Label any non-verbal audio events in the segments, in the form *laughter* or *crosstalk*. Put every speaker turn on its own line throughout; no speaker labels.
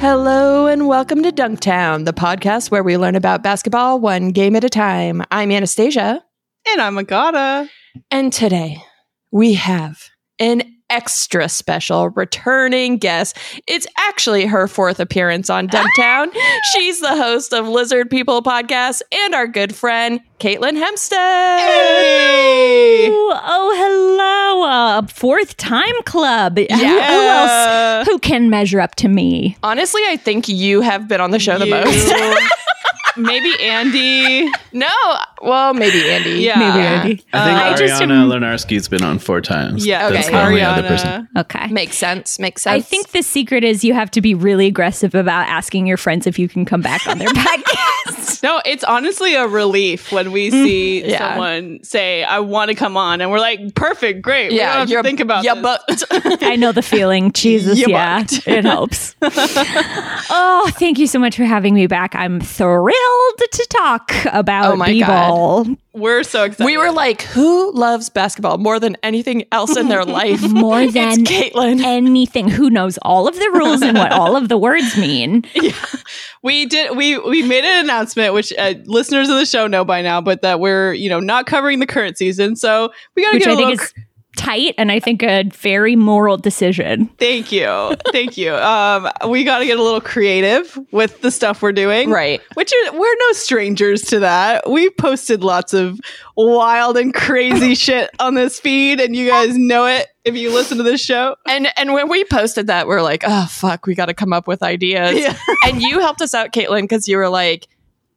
Hello and welcome to Dunktown, the podcast where we learn about basketball one game at a time. I'm Anastasia,
And I'm Agata.
and today we have an extra special returning guest. It's actually her fourth appearance on Dunktown.
Ah!
She's the host of Lizard People podcast and our good friend, Caitlin Hempstead.
Hey!
Ooh, oh, hello. Uh, fourth time club. Who- Who,
Yeah.
else? Who can measure up to me?
Honestly, I think you have been on the show the
You. *laughs*
most. *laughs*
Maybe Andy.
No, well, maybe Andy.
Yeah.
Maybe Andy.
Uh,
I think
I
Ariana
just am-
Lenarski's been on four times.
Yeah,
Okay.
That's
okay.
the only other person.
*laughs* Ariana.
Okay.
Makes sense. Makes sense.
I think the secret is you have to be really aggressive about asking your friends if you can come back
*laughs*
on their podcast.
No, it's honestly a relief when we see
Mm-hmm. Yeah.
someone say, I want to come on. And we're like, perfect, great.
yeah,
Yeah, we don't have to
you're, uh,
think about
you
this.
*laughs* booked.
I know the feeling. Jesus,
You
yeah,
bucked.
*laughs*
it helps. oh, thank you so much for having me back. I'm thrilled to talk about
Oh my God.
b-ball
We're so excited.
we were like, who loves basketball more than anything else in their life?
more
*laughs*
than
it's Caitlin.
anything. Who knows all of the rules and what all of the words mean?
we did we we made an announcement which uh, listeners of the show know by now but that we're you know not covering the current season so we gotta
which
get a
I
little
think is tight and I think a very moral decision.
thank you thank you um we gotta get a little creative with the stuff we're doing
Right.
which is, we're no strangers to that we've posted lots of wild and
*laughs*
crazy shit on this feed and you guys know it if you listen to this show
And and when we posted that, we are like, oh fuck, we gotta come up with ideas.
Yeah.
And you helped us out, Caitlin, because you were like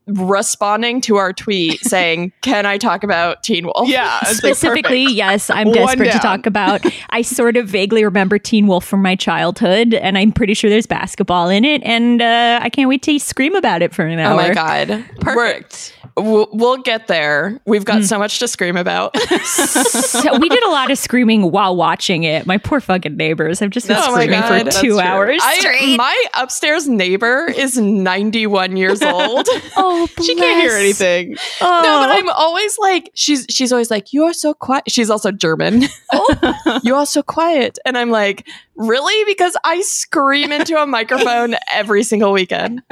responding to our tweet saying, Can I talk about Teen Wolf?
yeah it's like,
Specifically, yes,
*laughs*
I'm
One
desperate to
down.
talk about. I sort of vaguely remember Teen Wolf from my childhood, and I'm pretty sure there's basketball in it, and uh, I can't wait to scream about it for an hour.
Oh my god.
perfect
We're- We'll, we'll get there. We've got so much to scream about.
*laughs* So we did a lot of screaming while watching it. My poor fucking neighbors. I've just been
Oh my
screaming
God,
for
that's
two
true.
hours.
I, my upstairs neighbor is 91 years old.
oh,
*laughs* she can't hear
bless.
anything
Oh.
No, but I'm always like she's she's always like you are so quiet. She's also German. you are so quiet, and I'm like, really? Because I scream into a microphone every single weekend.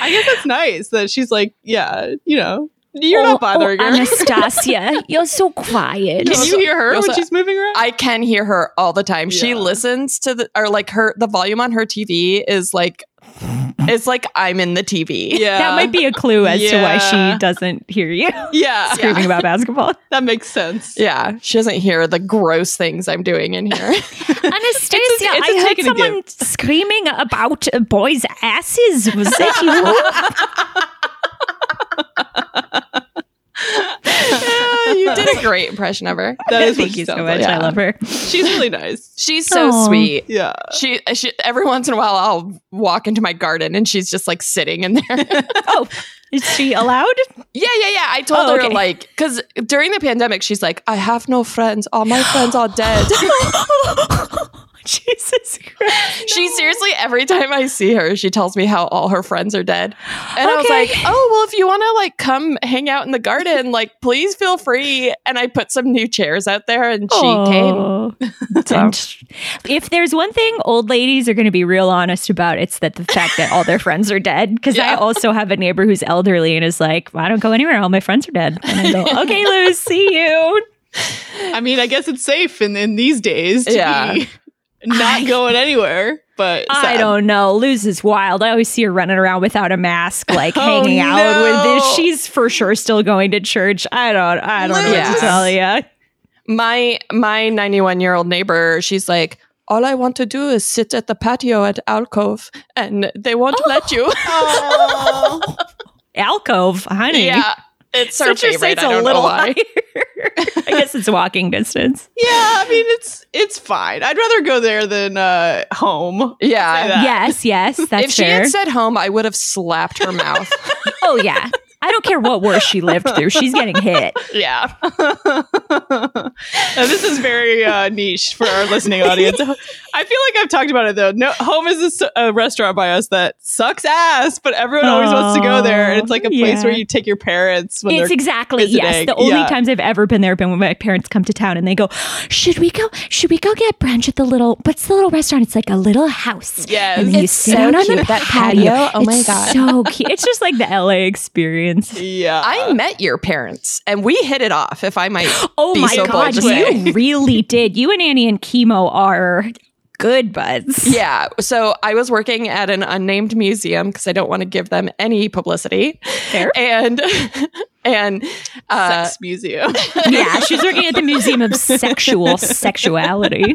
i guess that's nice that she's like yeah you know you're
Oh,
not bothering
oh,
her *laughs*
Anastasia, you're so quiet.
Can you hear her
Yosa-
when she's moving around?
I can hear her all the time. She
Yeah.
listens to the or like her the volume on her TV is like it's like I'm in the TV.
yeah,
that might be a clue as to why
Yeah.
she doesn't hear you
*laughs* Yeah,
screaming about basketball.
that makes sense.
Yeah, she doesn't hear the gross things I'm doing in here. *laughs*
Anastasia,
it's a
I
take
heard
and a
someone screaming about a boys' asses. Was that you?
you did a great impression of her.
That is what
*laughs* Thank
she
you so
sounds
much.
like.
I love her.
She's really nice.
She's so
Aw.
sweet.
Yeah,
She, she every once in a while I'll walk into my garden and she's just like sitting in
*laughs*
there. yeah,
Oh, is she allowed?
yeah, yeah. I told
Oh,
her
okay.
like because during the pandemic she's like, I have no friends. All my friends are
*gasps*
dead. *laughs*
Jesus Christ.
she seriously every time I see her, she tells me how all her friends are dead. And I was
Okay.
like, oh well, if you want to like come hang out in the garden, like please feel free. And I put some new chairs out there, and she came.
came. Oh, if there's one thing old ladies are going to be real honest about, it's that the fact that all their friends are dead. Because I
Yeah.
also have a neighbor who's elderly and is like, I don't go anywhere. All my friends are dead. And I go, okay, Lou, see you.
I mean, I guess it's safe in, in these days to
Yeah.
be *laughs* not
I-
going anywhere. But
I
sad. *laughs*
don't know. Luz is wild. I always see her running around without a mask, like
*laughs*
Oh,
hanging out with
no.
this. She's for sure still going to church. I don't. I don't know what
Luz.
to tell you.
my my 91 year old neighbor she's like all i want to do is sit at the patio at alcove and they won't let *laughs* you
Oh.
Alcove, honey.
yeah it's her
Such a
favorite
state's
I don't
a
know
little
why.
higher. *laughs* I guess it's walking distance.
yeah, I mean, it's it's fine. I'd rather go there than uh, home.
*laughs*
Say
yeah
that.
Yes, yes,
*laughs*
that's
if she
fair.
had said home i would have slapped her mouth
oh yeah. I don't care what war she lived through. She's getting hit.
Yeah.
Now, this is very uh, niche for our listening audience. I feel like I've talked about it though. No, home is a s- a, restaurant by us that sucks ass, but everyone always wants to go there, and it's like a place
Yeah.
where you take your parents when
it's
they're
exactly yes.
visiting.
The only
Yeah.
times I've ever been there have been when my parents come to town and they go, "Should we go? Should we go get brunch at the little? What's the little restaurant? It's like a little house.
Yes.
and then you
It's
sit
so
out on the
cute, that patio. Oh my
It's
God.
so cute. It's just like the LA experience.
*laughs* yeah.
*laughs*
uh,
I met your parents and we hit it off, if I *gasps* might.
Oh
Be
my
so bold
god,
to *laughs*
you really did. You and Annie and Chemo are good buds.
Yeah. So I was working at an unnamed museum because I don't want to give them any publicity.
Fair.
And, *laughs* and, uh,
sex museum.
*laughs* yeah, she's working at the Museum of Sexual Sexuality.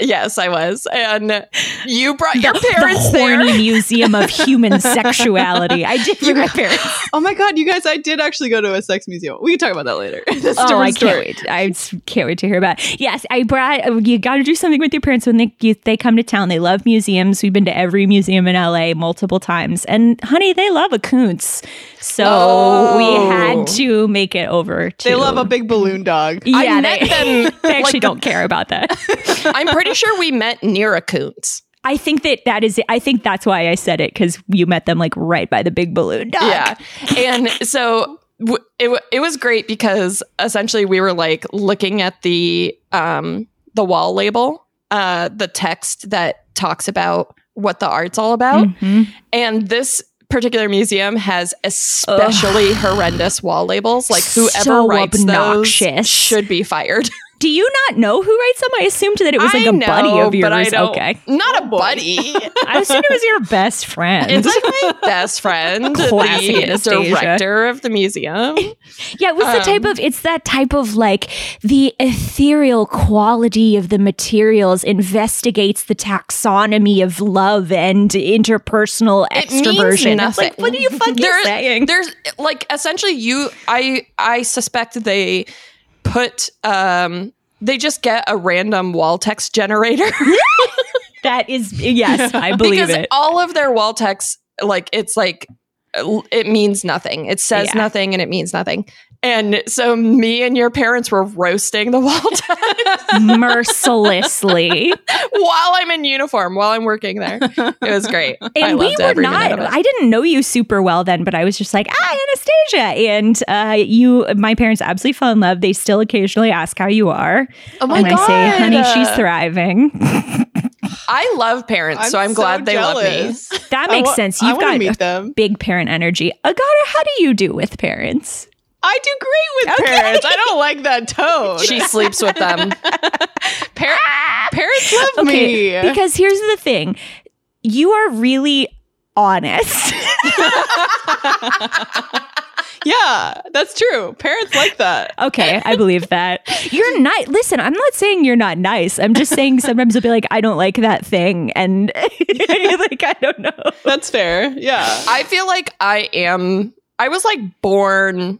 yes, I was. And you brought your
the, the
parents there.
horny Museum
*laughs*
of Human Sexuality. I did bring my parents.
oh my god, you guys! I did actually go to a sex museum. We can talk about that later. *laughs* That's a
Oh,
different
I can't
story.
wait. I just can't wait to hear about. It. Yes, I brought. You got to do something with your parents when they you, they come to town. They love museums. We've been to every museum in LA multiple times, and honey, they love a Kuntz. So
Oh.
we had to make it over. To,
They love a big balloon dog.
Yeah,
I
they,
met them,
*laughs* they actually
like,
don't care about that.
I'm pretty sure we met near a Coons.
I think that that is. I think that's why I said it because you met them like right by the big balloon dog.
Yeah. And so w- it, w- it was great because essentially we were like looking at the um the wall label, uh the text that talks about what the art's all about.
Mhm.
And this particular museum has especially horrendous wall labels. Like whoever
So
writes
obnoxious.
those should be fired.
Do you not know who writes them? I assumed that it was like
a
a buddy of yours. Okay.
Not a buddy.
I assumed it was your best friend.
*laughs* It's like my best friend,
*laughs* Classy
the
Anastasia.
director of the
*laughs*
museum.
yeah, it was the type
um,
of it's that type of like the ethereal quality of the materials investigates the taxonomy of love and interpersonal
It means
extroversion. It's
nothing.
like, what are you fucking
*laughs* There-
saying?
There's like essentially you I I suspect they put um they just get a random wall text generator
that is
*laughs*
yes, I *laughs* believe
because
it.
all of their wall text like it's like it means nothing. It says
Yeah.
nothing and it means nothing. And so me and your parents were roasting the wall *laughs* text *laughs*
Mercilessly.
while I'm in uniform, while I'm working there. It was great.
*laughs* and
I
we
loved
were
every minute
not
of it.
i didn't know you super well then but i was just like ah anastasia and uh, you my parents absolutely fell in love they still occasionally ask how you are
oh my
and
god.
i say honey she's
Uh,
thriving *laughs*
I love parents, so I'm glad they love me.
love me.
that makes sense
I
you've
want to
got
meet them.
big parent energy agata how do you do with parents
I do great with
Okay.
parents. I don't like that tone.
She sleeps with *laughs* them. Par- parents love
Love me.
because here's the thing you are really honest *laughs*
yeah, that's true. Parents like that.
Okay, I believe that. You're not listen, I'm not saying you're not nice. I'm just saying sometimes you'll be like, I don't like that thing and *laughs* like I don't know.
That's fair. Yeah.
I feel like I am. I was like born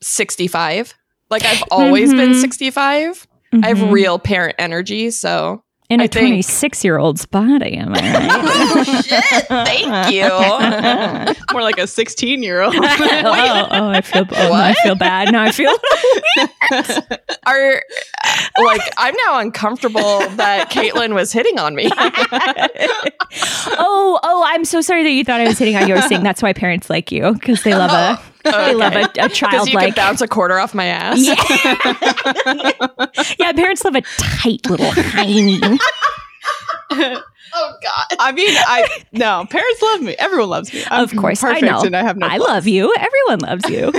65. Like I've always been
Mhm.
65. I
Mm-hmm.
have real parent energy. So
in a
I think-
26 year old's body, am I right?
shit.
Uh-huh. *laughs*
Thank you.
*laughs* More like a 16 year old.
oh, oh, I feel oh, I feel bad. Now I feel
Are like I'm now uncomfortable
*laughs*
that Caitlin was hitting on me.
Oh, oh, I'm so sorry that you thought I was hitting on you. I was saying that's why parents like you because they love a
Oh,
they love a,
*laughs*
a
Because
child
you could
like
bounce a quarter off my ass.
Yeah. yeah, parents love a tight little tiny.
Oh God.
I mean, I no. Parents love me. Everyone loves me. *laughs* I'm
Of course, I
perfect,
know.
and I have no.
I love you. Everyone loves you.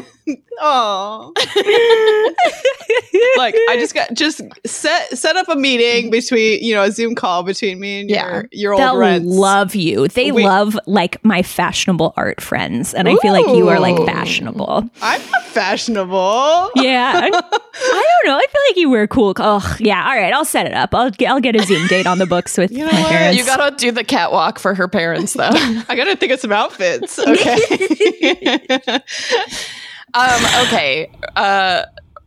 Oh, *laughs* like I
*laughs*
just got just set set up a meeting between you know a Zoom call between me and
Yeah.
your your
They'll
old rents.
love you. They
We-
love like my fashionable art friends, and I feel like you are like
Ooh.
fashionable.
I'm not fashionable.
Yeah, I, I don't know. I feel like you wear cool. Oh, yeah. All right, I'll set it up. I'll get, I'll get a Zoom date on the books with
You know
my
what?
parents.
You gotta do the catwalk for her parents
*laughs*
though.
I gotta think of some outfits. Okay.
Um, okay. Uh,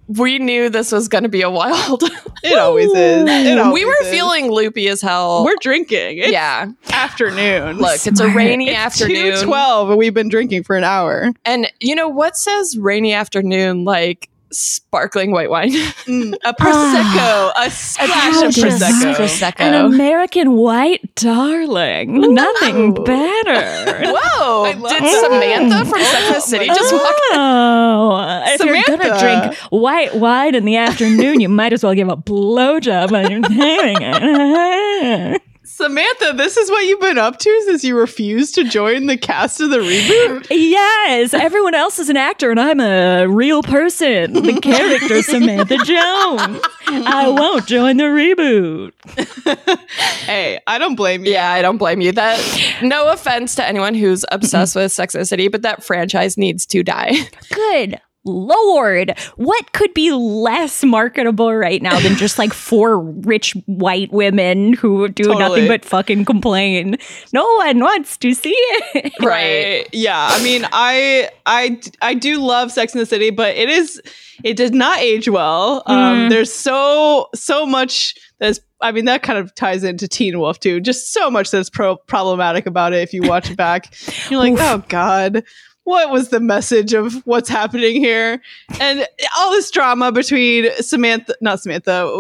we knew this was going to be a wild.
It always is. It
*laughs*
always
we were
is.
feeling loopy as hell.
We're drinking. It's
yeah.
afternoon.
Look, it's a
smart.
rainy
*laughs* it's
afternoon.
2:12 and we've been drinking for an hour.
And you know what says rainy afternoon like sparkling white wine? *laughs*
Mm, a *sighs* prosecco, a splash
how
of prosecco.
An American white darling. Nothing
*laughs*
better.
Whoa!
I love
Did
that.
Samantha from Second City just walk?
Oh, if you're gonna
Samantha.
drink white wine in the afternoon, you might as well give a blowjob when you're doing it. *laughs*
Samantha, this is what you've been up to since you refused to join the cast of the *laughs* reboot.
Yes, everyone else is an actor and I'm a real person. The
*laughs*
character Samantha Jones. I won't join the reboot.
Hey, I don't blame you.
Yeah, I don't blame you. That no offense to anyone who's obsessed
Mm-hmm.
with Sex and the City, but that franchise needs to die. *laughs*
Good lord. What could be less marketable right now than just like four rich white women who do
Totally.
nothing but fucking complain? No one wants to see it.
Right. Yeah. I mean, I I I do love Sex in the City, but it is it did not age well. Um
Mm.
there's so so much that's I mean, that kind of ties into Teen Wolf too. Just so much that's pro- problematic about it if you watch it
*laughs*
back. You're like,
Oof.
"Oh god, what was the message of what's happening here?" And all this drama between Samantha, not Samantha,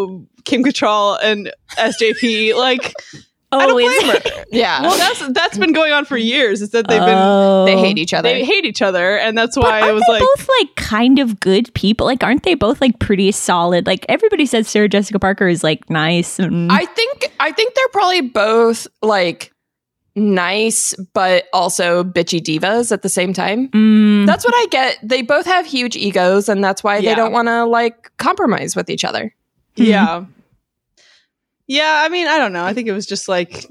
Kim Cattrall and SJP, like I don't
Always. *laughs*
blame her.
Yeah,
Well, that's that's been going on for years. Is that they've been
Oh.
they hate each other.
they hate each other, and that's
But
why I
aren't
was
they
like,
both like kind of good people? Like, aren't they both like pretty solid? Like everybody says Sarah Jessica Parker is like nice and
I
mm.
think I think they're probably both like nice, but also bitchy divas at the same time.
Mm,
That's what I get. They both have huge egos, and that's why
Yeah.
they don't want to like compromise with each other.
Mhm.
yeah, yeah. I mean, I don't know. I think it was just like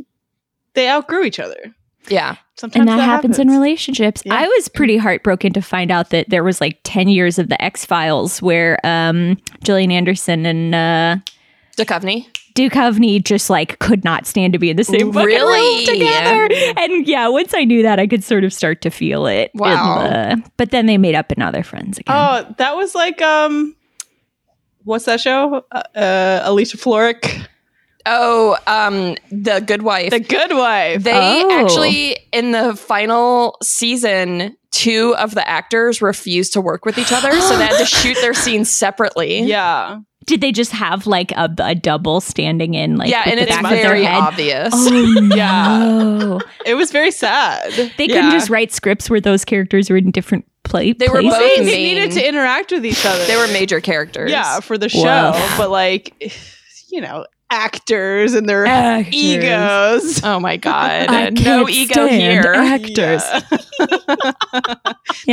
they outgrew each other.
Yeah,
Sometimes
and that, happens, in relationships.
Yeah.
I was pretty heartbroken to find out that there was like ten years of the X Files where um Gillian Anderson and uh
Duchovny.
Duchovny just like could not stand to be in the same fucking room
Really?
*laughs* together. And yeah, once I knew that, I could sort of start to feel it. in
Wow.
the- but then they made up and now they're friends again.
Oh, that was like um, what's that show? Uh, uh Alicia Florrick,
Oh, um, the Good Wife.
The Good Wife.
they
Oh.
actually in the final season, two of the actors refused to work with each other, so they had
*gasps*
to shoot their scenes separately.
yeah,
Did they just have like a, a double standing in like
yeah,
with
and
the
it's
back of
very
their head?
obvious. *laughs*
Oh,
Yeah.
no.
it was very sad.
They
Yeah.
couldn't just write scripts where those characters were in different pla-
They were
places.
both
They, they
main-
needed to interact with each other.
They were major characters.
yeah for the show,
Whoa.
but like, *sighs* you know, actors and their
Actors.
egos.
Oh my god.
I
no
can't
ego
stand
here.
*laughs* Actors.
Yeah.
Yeah,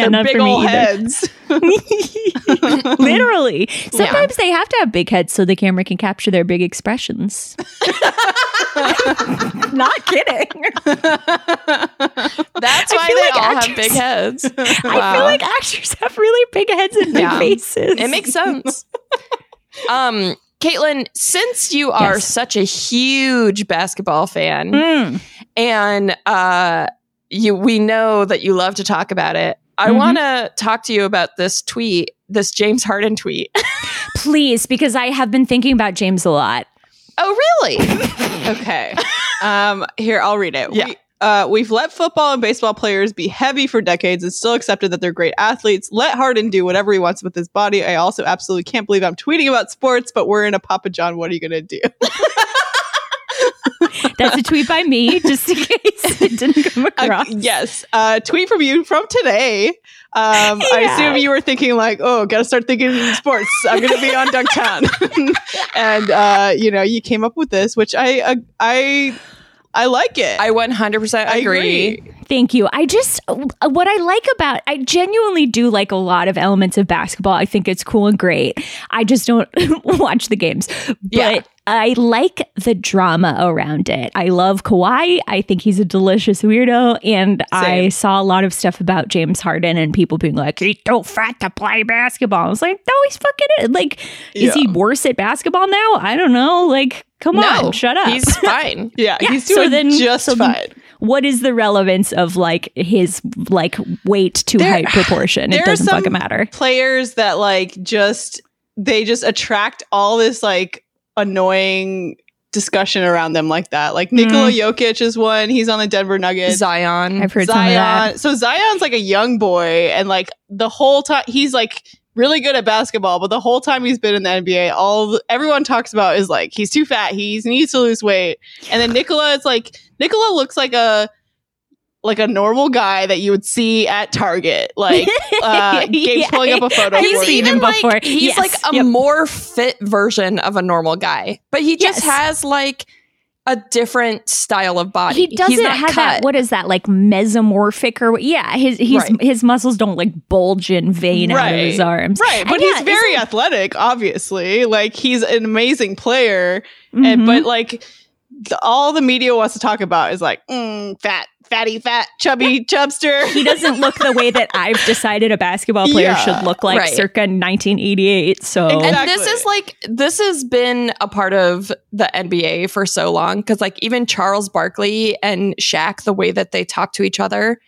They're
not
big
for me
ol'
either.
*laughs*
heads.
*laughs* Literally. Sometimes they have to have big heads so the camera can capture their big
*laughs*
expressions. Not kidding. *laughs*
That's
I
why
feel
they
like
all
actors-
have big heads.
*laughs* I feel
Wow.
like actors have really big heads and big
Yeah.
faces.
It
*laughs*
makes sense. um, Caitlin, since you are
Yes.
such a huge basketball fan,
Mm.
and uh, you, we know that you love to talk about it. I
Mhm.
want to talk to you about this tweet, this James Harden
*laughs*
tweet.
Please, because I have been thinking about James a lot.
oh, really?
okay. Um, here, I'll read it.
Yeah.
We, uh, we've let football and baseball players be heavy for decades and still accepted that they're great athletes. Let Harden do whatever he wants with his body. I also absolutely can't believe I'm tweeting about sports, but we're in a Papa John. What are you going to do?
That's a tweet by me, just in *laughs* case it didn't come
Uh,
across.
yes. Uh, tweet from you from today.
*laughs*
Um, I
Yeah.
assume you were thinking like, oh, gotta start thinking sports. I'm gonna be on Dunktown, *laughs* and uh, you know, you came up with this, which I uh, I I like it.
I 100%
I
agree.
Thank you. I just, what I like about, I genuinely do like a lot of elements of basketball. I think it's cool and great. I just don't *laughs* watch the games. But
Yeah.
I like the drama around it. I love Kawhi. I think he's a delicious weirdo. And I
Same.
saw a lot of stuff about James Harden and people being like, he's too fat to play basketball. I was like, no, he's fucking it. Like, is
Yeah.
he worse at basketball now? I don't know. Like, come
No,
on, shut up.
He's
*laughs*
fine.
Yeah,
Yeah,
he's
so
doing
then-
just
so then
fine.
what is the relevance of like his like weight to
There-
height proportion?
there
It
are
doesn't
some-
fucking matter.
Players that like just they just attract all this like annoying discussion around them like that. Like
Mm-hmm.
Nikola Jokic is one. He's on the Denver Nuggets.
Zion.
I've heard some of
Zion.
that.
So Zion's like a young boy, and like the whole time he's like really good at basketball, but the whole time he's been in the NBA, all the- everyone talks about is like he's too fat, he's needs to lose weight, and then Nicola is like Nicola looks like a like a normal guy that you would see at Target.
*laughs*
Like uh, Gabe's
Yeah.
pulling up a photo.
I've
for
seen
me.
him
like-
before.
he's
Yes.
like a
Yep.
more fit version of a normal guy, but he just
Yes.
has like a different style of body.
He doesn't
uh, He's not
have
cut.
that. What is that like mesomorphic or what? Yeah, his his
Right.
his muscles don't like bulge and vein out of
Right.
his arms.
Right,
And
but
yeah,
he's very athletic, obviously. Like he's an amazing player, and
Mhm.
Mm-hmm.
but like the, all the media wants to talk about is like mm, fat, fatty, fat, chubby, chubster.
he doesn't look the way that I've decided a basketball player
Yeah.
should look like
Right.
circa 1988. So
Exactly.
And this is like this has been a part of the NBA for so long because like even Charles Barkley and Shaq, the way that they talk to each other,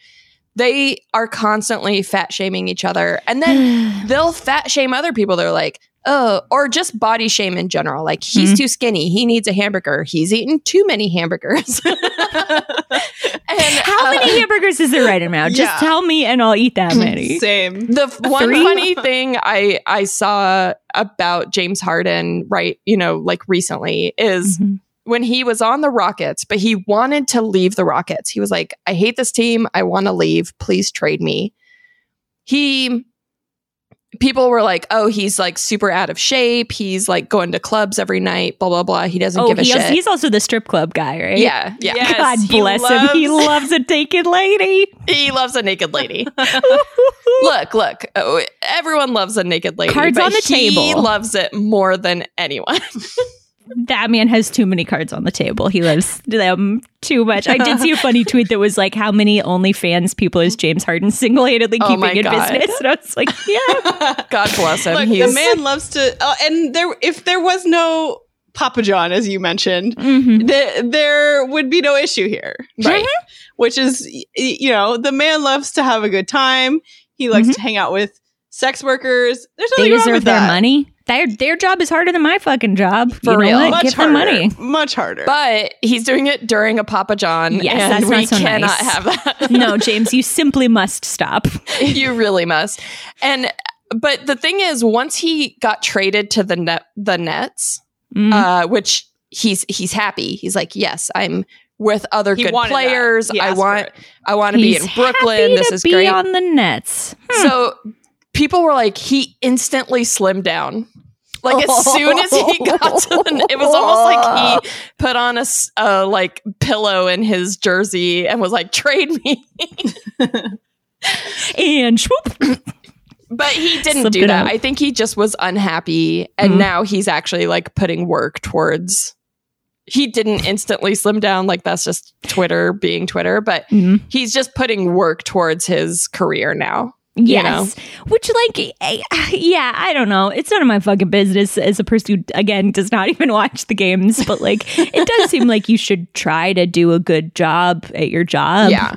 they are constantly fat shaming each other, and
*sighs*
then they'll fat shame other people. They're like, oh, or just body shame in general. Like he's
Mhm.
too skinny. He needs a hamburger. He's eaten too many hamburgers. *laughs* and
how
uh,
many hamburgers is there right now? Just
Yeah.
tell me and I'll eat that many.
Same.
The f- one
Three? *laughs*
funny thing I I saw about James Harden, right? You know, like recently is
Mhm.
when he was on the Rockets, but he wanted to leave the Rockets. He was like, I hate this team. I want to leave. Please trade me. He, people were like, oh, he's like super out of shape. He's like going to clubs every night, blah, blah, blah. He doesn't
Oh,
give a
he
shit.
also, he's also the strip club guy, right?
yeah, yeah.
Yes,
God
he
bless him. He
loves-
loves a naked lady.
He loves a naked
*laughs*
lady. look, look. Oh, everyone loves a naked lady.
Cards
but
on the
He
table.
loves it more than anyone.
*laughs* that man has too many cards on the table. He loves them too much. I did see a funny tweet that was like, "How many OnlyFans people is James Harden single-handedly
Oh my
keeping in
God.
business?" And I was like, "Yeah,
God bless him.
*laughs* Look,
He's-
the man loves to. Oh, and there, if there was no Papa John, as you mentioned,
Mhm.
Mm-hmm.
th- there would be no issue here, right? Which is, y- y- you know, the man loves to have a good time. He likes
Mm-hmm.
to hang out with sex workers. There's
they
nothing wrong
deserve
with
their
that.
money. Their their job is harder than my fucking job.
For
you know
real.
what?
Much
Give
harder.
them
*laughs*
money."
Much harder.
But he's doing it during a Papa John.
Yes,
and
that's
we
not so
cannot
nice.
have that.
*laughs* no, James, you simply must stop.
*laughs* you really must. And but the thing is, once he got traded to the net, the Nets,
Mm.
uh, which he's he's happy. He's like, yes, I'm with other
He
good
wanted that.
players.
He
I
asked
want
for it.
I want to be
He's
in Brooklyn.
happy
This
to
is
be
great.
on the Nets.
so people were like, he instantly slimmed down. Like as soon as *laughs* he got to the, net- it was almost like he put on a s- a, like pillow in his jersey and was like, trade me. *laughs*
And swoop.
But he didn't
Slipped
do
it
that.
up.
I think he just was unhappy. And
Mhm.
now he's actually like putting work towards. He didn't instantly slim down. Like that's just Twitter being Twitter, but
Mm.
he's just putting work towards his career now. You
Yes. Which, like, I- *sighs* yeah, I don't know. It's none of my fucking business as a person who, again, does not *laughs* even watch the games, but like, it does seem like you should try to do a good job at your job
Yeah.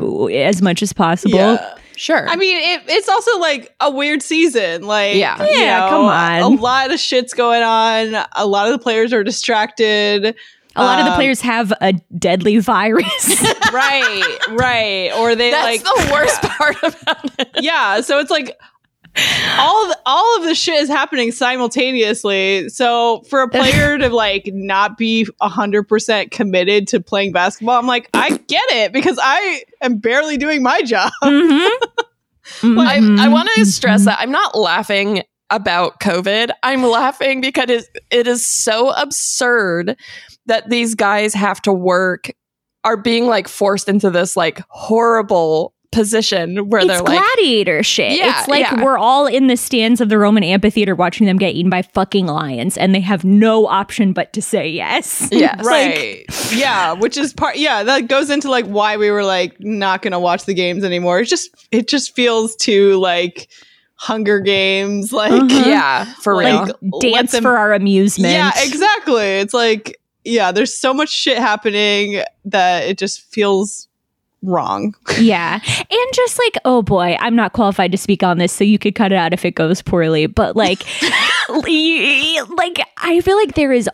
as much as possible.
Yeah.
Sure.
I mean, it, it's also like a weird season. Like,
Yeah.
you
Yeah,
know,
come on.
A lot of shit's going on. A lot of the players are distracted.
A lot of the
Um,
players have a deadly virus.
*laughs*
*laughs*
right, right. Or they
that's
like
the *laughs* worst part about it.
*laughs* yeah so it's like all the, all of the shit is happening simultaneously so for a player to like not be 100% committed to playing basketball i'm like i get it because i am barely doing my job
Mm-hmm. Mhm.
I, I
Mhm.
want to stress
Mhm.
that I'm not laughing about COVID. I'm laughing because it, it is so absurd that these guys have to work, are being like forced into this like horrible position where
It's
they're like,
gladiator shit.
Yeah,
it's like
yeah.
we're all in the stands of the Roman amphitheater watching them get eaten by fucking lions, and they have no option but to say yes.
yes,
right yeah which is part yeah that goes into like why we were like not gonna watch the games anymore it just it just feels too like hunger games like
Uh-huh.
yeah, Mm-hmm. for real.
like
Let
dance
them-
for our amusement. *laughs*
Yeah, exactly. It's like, yeah, there's so much shit happening that it just feels wrong.
yeah. And just like, oh boy, I'm not qualified to speak on this, so you could cut it out if it goes poorly. But
*laughs*
like, *laughs* you- like I feel like there is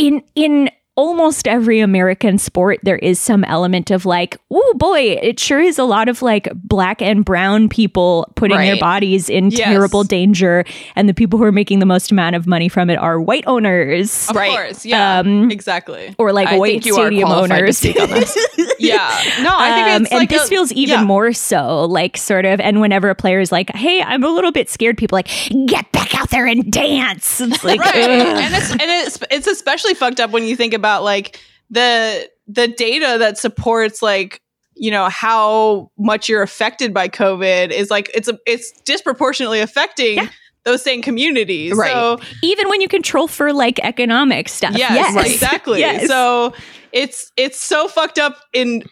in in almost every American sport there is some element of like, oh boy, it sure is a lot of like black and brown people putting their
Right.
bodies in
Yes.
terrible danger, and the people who are making the most amount of money from it are white owners.
Of
Right.
course. Yeah.
Um,
exactly.
or like
I
white
think you are
stadium
qualified to
owners.
speak on this.
*laughs*
Yeah. No, I think
Um,
it's
and
like
this
a-
feels even
yeah.
more so, like sort of. And whenever a player is like, "Hey, I'm a little bit scared," people are like, "Get back out there and dance."
*laughs*
It's like, *laughs*
right
ugh.
and it's and it's it's especially fucked up when you think about like the the data that supports like you know how much you're affected by covid is like it's a, it's disproportionately affecting
Yeah.
those same communities
Right.
so
even when you control for like economic stuff,
yes, exactly
*laughs* Yes.
so it's it's so fucked up in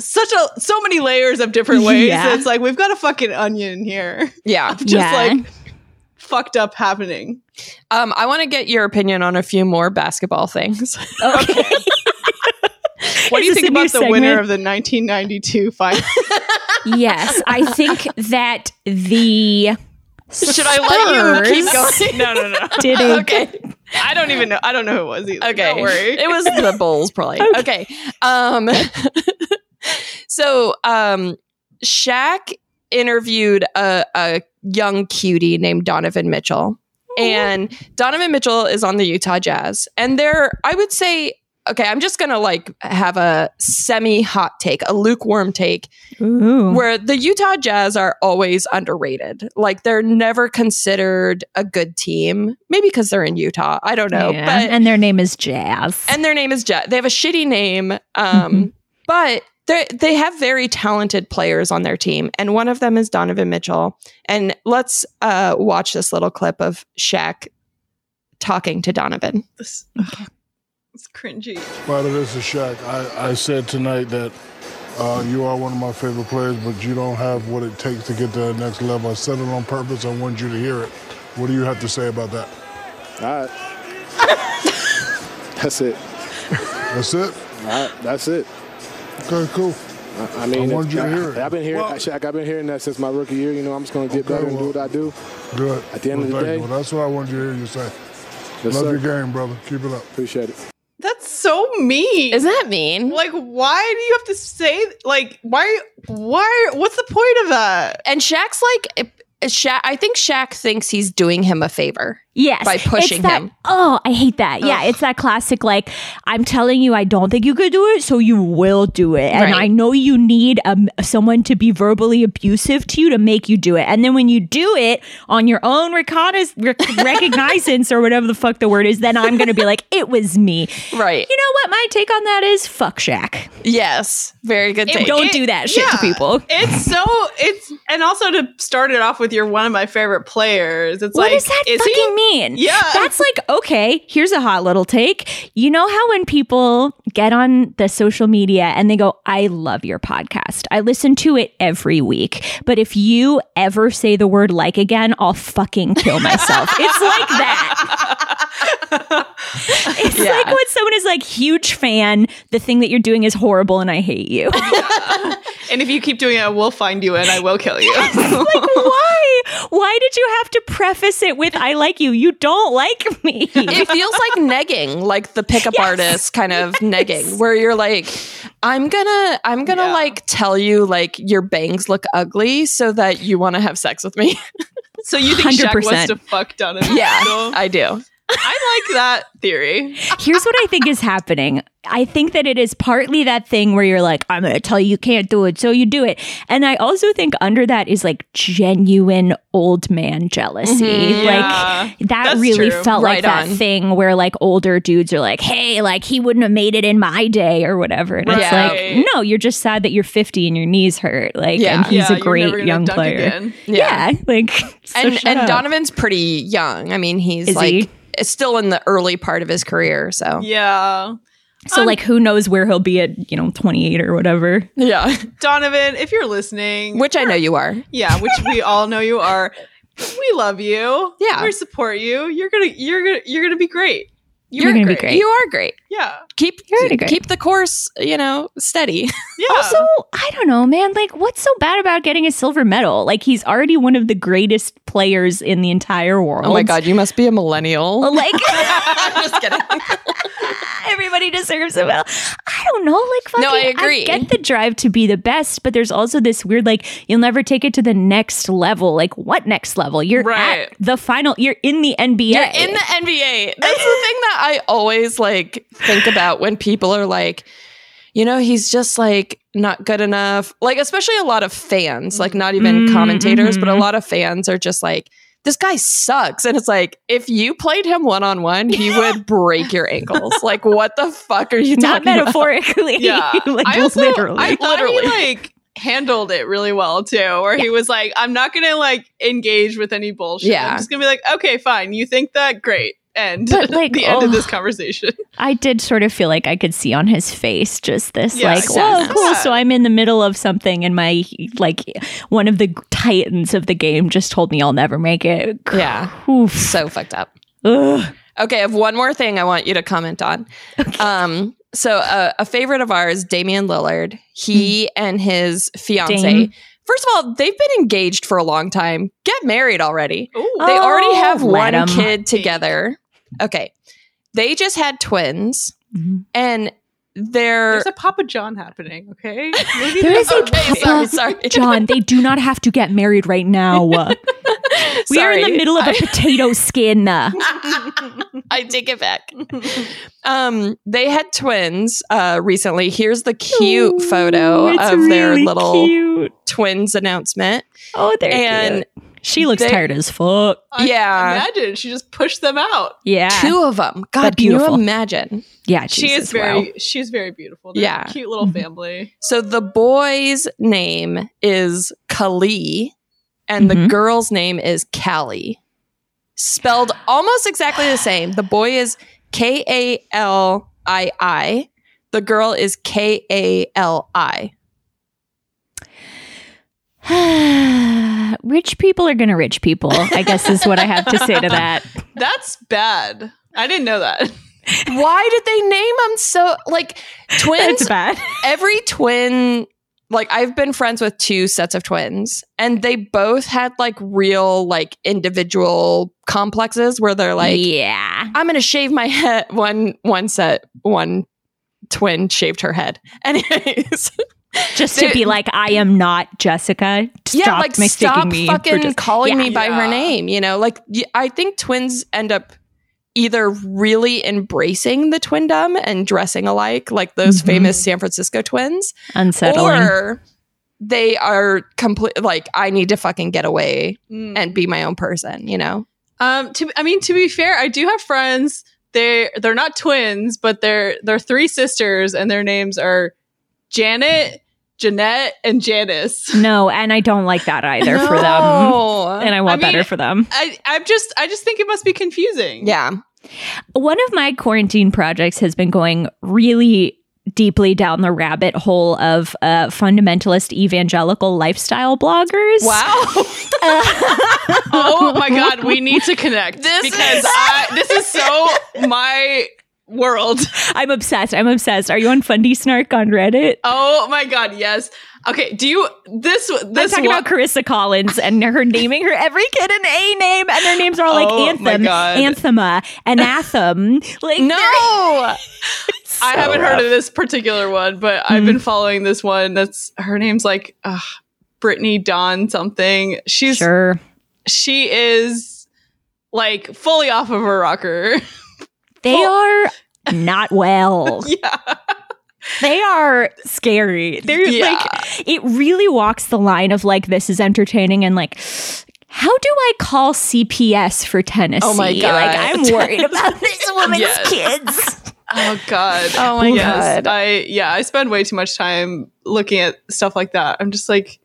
such a so many layers of different ways
Yeah.
it's like we've got a fucking onion here *laughs*
yeah.
just
Yeah.
like fucked up happening
Um, I want to get your opinion on a few more basketball things.
Okay.
what do
Is
you
this
think
a new
about the winner
segment?
of the 1992 final
yes, I think that the
*laughs*
Should I let you keep
Spurs
going? No, no, no.
*laughs*
did a
okay.
I don't even know. I don't know who it was either.
*laughs* Okay.
Don't worry.
It was the Bulls
*laughs*
probably. Okay. Um *laughs* So, um Shaq interviewed a a young cutie named Donovan Mitchell. And Donovan Mitchell is on the Utah Jazz. And they're I would say okay, I'm just going to like have a semi hot take, a lukewarm take
Ooh.
where the Utah Jazz are always underrated. Like they're never considered a good team. Maybe cuz they're in Utah. I don't know.
Yeah.
But
and their name is Jazz.
and their name is Jet. They have a shitty name, um,
Mhm.
but they they have very talented players on their team, and one of them is Donovan Mitchell. And let's uh, watch this little clip of Shaq talking to Donovan.
This- it's cringy.
Father, this is Shaq. I, I said tonight that uh, you are one of my favorite players, but you don't have what it takes to get to that next level. I said it on purpose. I wanted you to hear it. What do you have to say about that?
All right. *laughs* that's it.
That's it?
All right. That's it.
Okay, cool.
I, I mean,
I wanted you to hear it.
have been hearing, Shaq, I've been hearing that since my rookie year. You know, I'm just going to get
Okay,
better and do
well-
what I do.
Good.
At the end of the
Well,
day-
thank you. That's what I wanted you to hear you say.
Yes,
Love
sir.
your game, brother. Keep it up.
Appreciate it.
That's so mean.
Is that mean?
like why do you have to say like why why what's the point of that?
And Shaq's like. Shaq, I think Shaq thinks he's doing him a favor.
Yes.
by pushing
it's that,
him.
Oh, I hate that. Yeah, it's that classic like I'm telling you I don't think you could do it, so you will do it. And
Right.
I know you need um, someone to be verbally abusive to you to make you do it. And then when you do it on your own recogniz-
*laughs*
rec- recognizance or whatever the fuck the word is, then I'm going to be like it was me.
Right.
You know what my take on that is? Fuck Shaq.
Yes. Very good take.
Don't do that shit to
yeah.
people.
It's so it's and also to start it off with your one of my favorite players. It's
What
like
does that
is
fucking
he
mean?
Yeah.
That's like, okay, here's a hot little take. You know how when people get on the social media and they go, I love your podcast. I listen to it every week. But if you ever say the word like again, I'll fucking kill
*laughs*
myself. it's like that. It's
Yeah.
like when someone is like, huge fan, the thing that you're doing is horrible and I hate you. *laughs*
and if you keep doing it, I will find you and I will kill you.
like, why? Why did you have to preface it with, I like you? You don't
*laughs*
like me.
it feels like negging, like the pickup artist kind of negging, where you're like, I'm gonna, I'm gonna
Yeah.
like tell you like your bangs look ugly so that you want to have sex with me.
*laughs* so you think Shaq wants
100%.
to fuck Donovan?
yeah,
Mitchell?
*laughs* I do.
I like that theory.
Here's what I think is happening. I think that it is partly that thing where you're like, I'm going to tell you you can't do it, so you do it. And I also think under that is like genuine old man jealousy.
Mhm.
Like,
Mm-hmm. Yeah.
that
That's
really
true.
felt
Right
like that
on.
thing where like older dudes are like, hey, like he wouldn't have made it in my day or whatever. And
Right.
it's like, no, you're just sad that you're 50 and your knees hurt. Like,
Yeah.
and he's
Yeah,
a
you're never
great
gonna
young
dunk
player.
again.
Yeah,
Yeah. *laughs* Like, so
and
shut
and
up.
Donovan's pretty young. I mean, he's
Is
like
he?
is still in the early part of his career. So
Yeah.
So, like, who knows where he'll be at, you know, 28 or whatever.
yeah,
Donovan, if you're listening,
which I know you are.
yeah, which we all know you are, we love you.
Yeah.
we support you. You're gonna, you're gonna, you're gonna be great.
You're gonna be great.
You are great.
Yeah,
keep
You're already great.
keep the course, you know, steady.
Yeah.
Also, *laughs* I don't know, man. Like, what's so bad about getting a silver medal? Like, he's already one of the greatest players in the entire world.
Oh my god, you must be a millennial.
*laughs* Like,
*laughs* I'm just kidding.
*laughs* everybody deserves a medal. I don't know. Like, fucking,
No, I agree.
get the drive to be the best, but there's also this weird, like, you'll never take it to the next level. Like, what next level? You're
Right.
at the final. You're in the NBA.
You're in the NBA. That's the thing that I always like think about when people are like, you know, he's just like not good enough. Like, especially a lot of fans, like not even
Mm,
commentators, but a
mhm.
lot of fans are just like, this guy sucks. And it's like, if you played him one on one, he would break your ankles. Like, what the fuck are you
not
*laughs* talking about?
metaphorically.
Yeah.
*laughs* like,
I also,
literally.
I thought
Literally.
he like *laughs* handled it really well too, where he was like, "I'm not gonna like engage with any bullshit.
Yeah.
I'm just gonna be like, okay, fine. You think that? Great." And *laughs*
But, like,
the end
oh.
of this conversation.
I did sort of feel like I could see on his face just this,
Yeah,
like,
exactly.
whoa, cool.
Yeah.
So I'm in the middle of something, and my, like, one of the titans of the game just told me I'll never make it.
Yeah.
*sighs* Oof.
So fucked up.
Ugh.
Okay, I have one more thing I want you to comment on. Um, so uh, a favorite of ours, Damian Lillard, he and his fiance.
Hmm. Dame.
First of all, they've been engaged for a long time. Get married already.
*laughs* Ooh.
They already
Oh,
have
let
one
'em.
kid together. Okay, they just had twins,
Mhm.
and they're
There's a Papa John happening.
*laughs*
*laughs* Okay,
There is
*laughs*
a
okay. Sorry,
*laughs* Papa
sorry. *laughs*
John, they do not have to get married right now. we are in the
Sorry.
middle of a
I-
potato skin. Uh,
I take it back. um, they had twins uh, recently. Here's the cute
Ooh,
photo
it's
of their
really
little
cute.
twins announcement.
Oh, they're
and
cute. She looks
they-
tired as fuck.
Yeah.
*laughs* imagine she just pushed them out.
Yeah,
two of them. God, can you
beautiful.
imagine?
yeah,
She
Jesus,
is very,
wow.
she's very beautiful. They're
Yeah. Mm-hmm.
a cute little
Mhm.
family.
So the boy's name is Kali, and the
Mhm.
girl's name is Callie. Spelled almost exactly the same. The boy is K A L I I. The girl is K A L I.
*sighs* rich people are gonna rich people. I guess is what I have to say
*laughs*
to that.
That's bad. I didn't know that.
Why did they name them so *laughs* like twins
That's bad.
every twin like I've been friends with two sets of twins and they both had like real like individual complexes where they're like
yeah.
I'm going to shave my head one one set one twin shaved her head. *laughs* Anyways.
Just
They-
to be like, I am not Jessica. Stop
yeah, like
mistaking
stop
me for
fucking
Jessica.
calling
Yeah.
me by her
Yeah.
name, you know? Like y- I think twins end up either really embracing the twindom and dressing alike like those
Mhm.
famous San Francisco twins
unsettling.
Or they are complete. Like I need to fucking get away
Mm.
*laughs* and be my own person. You know.
Um, to I mean, to be fair, I do have friends. They they're not twins, but they're they're three sisters, and their names are Janet, Jeanette, and Janice.
no, and I don't like that either for them.
No.
*laughs* And I want
I mean-
better for them.
I I'm just I just think it must be confusing.
yeah.
One of my quarantine projects has been going really deeply down the rabbit hole of uh, fundamentalist evangelical lifestyle bloggers.
*laughs* Wow.
Oh my God, we need to connect
This
because
is-
I, this is so my world.
I'm obsessed. I'm obsessed. Are you on Fundy Snark on Reddit?
Oh my God, yes. Okay, do you this
I'm
this
talking
one,
about Carissa Collins and her naming her every kid an A name, and their names are all like
Oh, my
Anthem,
God.
Anthema, Anathem. Like
no.
I haven't heard of this particular one, but I've
Mhm.
been following this one. That's her name's like uh, Brittany Dawn something. She's
Sure.
she is like fully off of her rocker.
They are not well.
*laughs* yeah,
they are scary. They're
Yeah.
like it really walks the line of like this is entertaining and like how do I call CPS for Tennessee?
Oh my God.
Like I'm
*laughs*
worried about this woman's
Yes. *laughs*
kids.
Oh God.
Oh my
Yes.
God.
I yeah, I spend way too much time looking at stuff like that. I'm just like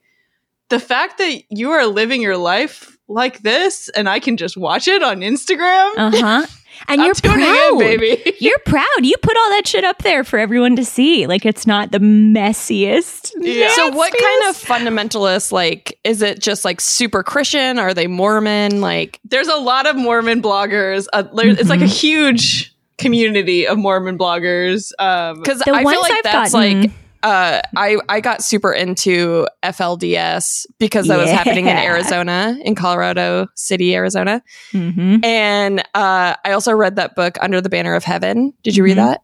the fact that you are living your life like this and I can just watch it on Instagram.
Uh huh. And
I'm
you're
tuning
proud,
in, baby. *laughs*
You're proud. You put all that shit up there for everyone to see. Like it's not the messiest.
Yeah.
So what kind of fundamentalist like is it just like super Christian? Are they Mormon? Like
Mm-hmm.
There's a lot of Mormon bloggers. Uh, there- It's like a huge community of Mormon bloggers. Um,
because
The
I
ones
feel like
I've
that's
gotten-
like uh, I I got super into FLDS because that was happening in
Yeah.
Arizona, in Colorado City, Arizona,
hmm
and uh, I also read that book Under the Banner of Heaven. Did you read
Mhm.
that?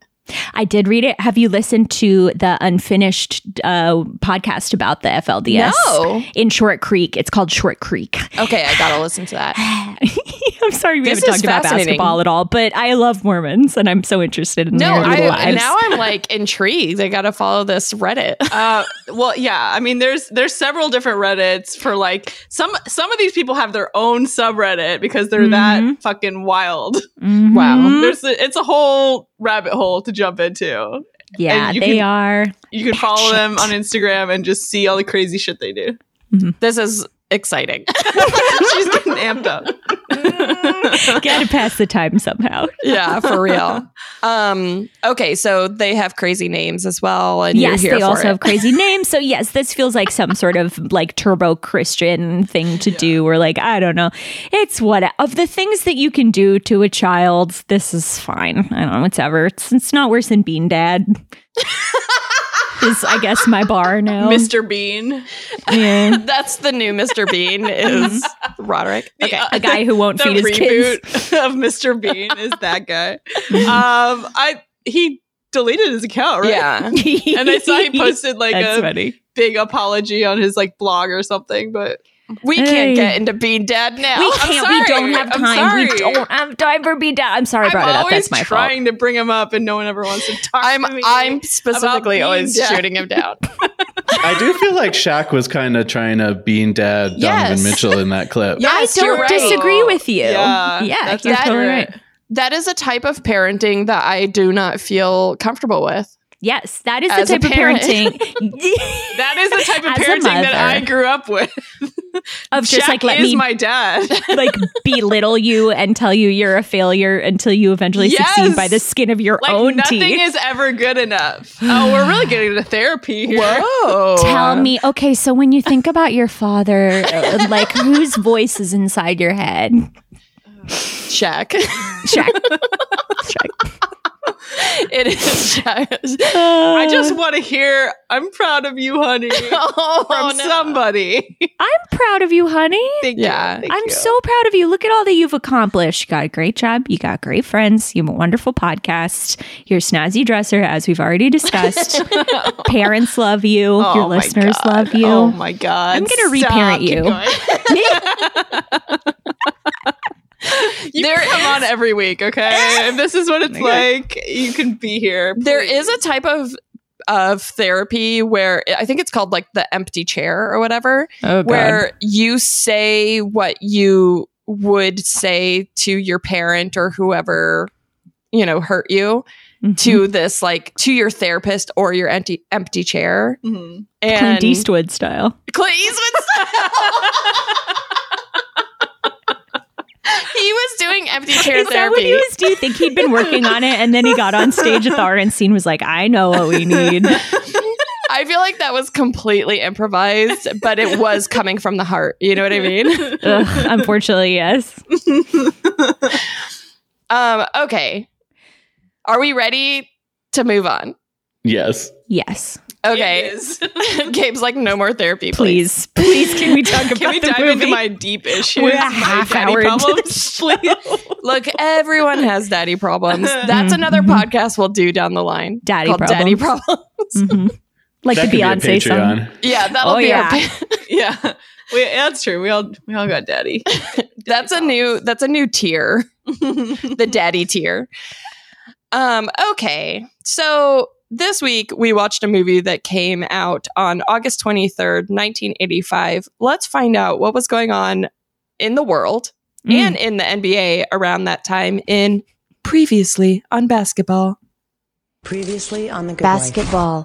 I did read it. Have you listened to the unfinished uh, podcast about the FLDS?
No.
In Short Creek, it's called Short Creek. *laughs*
Okay, I gotta listen to that.
I'm sorry we
This
haven't talked
is
about
fascinating.
basketball at all, but I love Mormons and I'm so interested in
No,
their little
I,
lives.
now I'm like intrigued. I gotta follow this Reddit.
uh, well, yeah. I mean, there's there's several different Reddits for like some some of these people have their own subreddit because they're
Mm-hmm.
that fucking wild. Mm-hmm.
Mhm.
Wow.
There's a, it's a whole rabbit hole to jump into.
Yeah,
and you
they
can-
are.
*laughs*
You can follow them on
Batshit.
Instagram and just see all the crazy shit they
*laughs*
do.
*laughs* This is exciting.
She's getting amped up.
Gotta pass the time somehow.
yeah, for real. Um, okay, so they have crazy names as well, and
yes,
you're here
they
for
also
it.
*laughs*
have crazy names. So yes, this feels like some sort of like turbo Christian thing to do, or like I don't know. It's what of the things that you can do to a child. This is fine. I don't know. Whatever. It's it's not worse than being dad.
*laughs*
is I guess my bar now.
Mr. Bean.
Yeah.
That's the new Mr. Bean
*laughs*
is Roderick. Okay.
A guy who
*laughs*
won't
the
feed his
reboot *laughs*
kids.
of Mr. Bean is that guy. um, I he deleted his account, right?
Yeah.
And I saw he
*laughs*
posted like
That's
a
funny.
big apology on his like blog or something, but
We
Hey.
can't get into being dad now.
We
I'm
can't.
sorry.
We don't have
Oh, I'm
time. We
sorry.
don't have time for being dad. I'm sorry I brought
I'm
it up.
always
That's my fault.
trying to bring him up and no one ever wants to talk
I'm
to me.
I'm specifically
being
always
dad.
shooting him down.
*laughs*
I do feel like Shaq was kind of trying to bean dad
Yes.
Donovan Mitchell in that clip.
*laughs* Yeah. Yes,
I don't
you're right.
disagree with you.
Yeah,
Yeah,
that's
you're totally
accurate.
right.
That is a type of parenting that I do not feel comfortable
*laughs*
with.
Yes, that is
As a
the type of
parent.
*laughs*
parenting.
that is the type of
As a
parenting that
mother.
I grew up with.
of *laughs* just
Jack
like let
is
me
my
*laughs*
dad. *laughs*
like belittle you and tell you you're a failure until you eventually
Yes.
succeed by the skin of your
Like
own
nothing
teeth.
is ever good enough. Oh, we're really getting into therapy here.
Whoa.
Tell me, okay, so when you think about your father, uh, like whose voice is inside your head?
Check.
*laughs*
Check. Check.
it is
*laughs*
Check.
I just want to hear, I'm proud of you, honey, from
Oh, no.
somebody.
I'm proud of you, honey.
Thank
Yeah.
you. Thank
I'm
you.
so proud of you. Look at all that you've accomplished. You got a great job. You got great friends. You have a wonderful podcast. You're a snazzy dresser, as we've
*laughs*
already discussed. Parents love you.
Oh
Your
my
listeners
God.
love you.
Oh my God.
I'm gonna
Stop.
reparent
Keep
you. *laughs*
going. you
There
come on every week, okay? If this is what it's like, you can be here.
There is a type of of therapy where I think it's called like the empty chair or whatever,
Oh, God.
where you say what you would say to your parent or whoever you know hurt you
Mm-hmm.
to this like to your therapist or your empty empty chair
Mhm.
and
Clint Eastwood style.
Clint Eastwood
*laughs*
style. he was doing empty chair
*laughs* Is that what
therapy.
he was? Do you think he'd been working on it? And then he got on stage at the RN scene, was like, "I know what
*laughs*
we need."
I feel like that was completely improvised, but it was coming from the heart. You know what I mean?
Ugh, unfortunately, yes.
Um, okay. Are we ready to move on?
Yes.
Yes.
It
Okay.
is.
*laughs* Gabe's like, no more therapy, please.
Please, please, can we talk
*laughs*
about
Can we
the
dive
movie?
into my deep issues?
We're a
my
half
daddy
hour into
problems?
this
Please.
Look, everyone has daddy problems.
*laughs*
That's another podcast we'll do down the line.
Daddy
called
problems.
Daddy Problems.
Mhm. Like
that
the
could
Beyonce
be a
song.
Patreon.
*laughs* Yeah, that'll
Oh,
be our
yeah.
*laughs* yeah. We, that's true. We all we all got daddy.
that's a new that's a new tier. the daddy tier. Um, okay. So this week we watched a movie that came out on August 23rd, 1985. Let's find out what was going on in the world
Mm.
and in the NBA around that time in previously on basketball.
Previously on the Good Wife.
Basketball.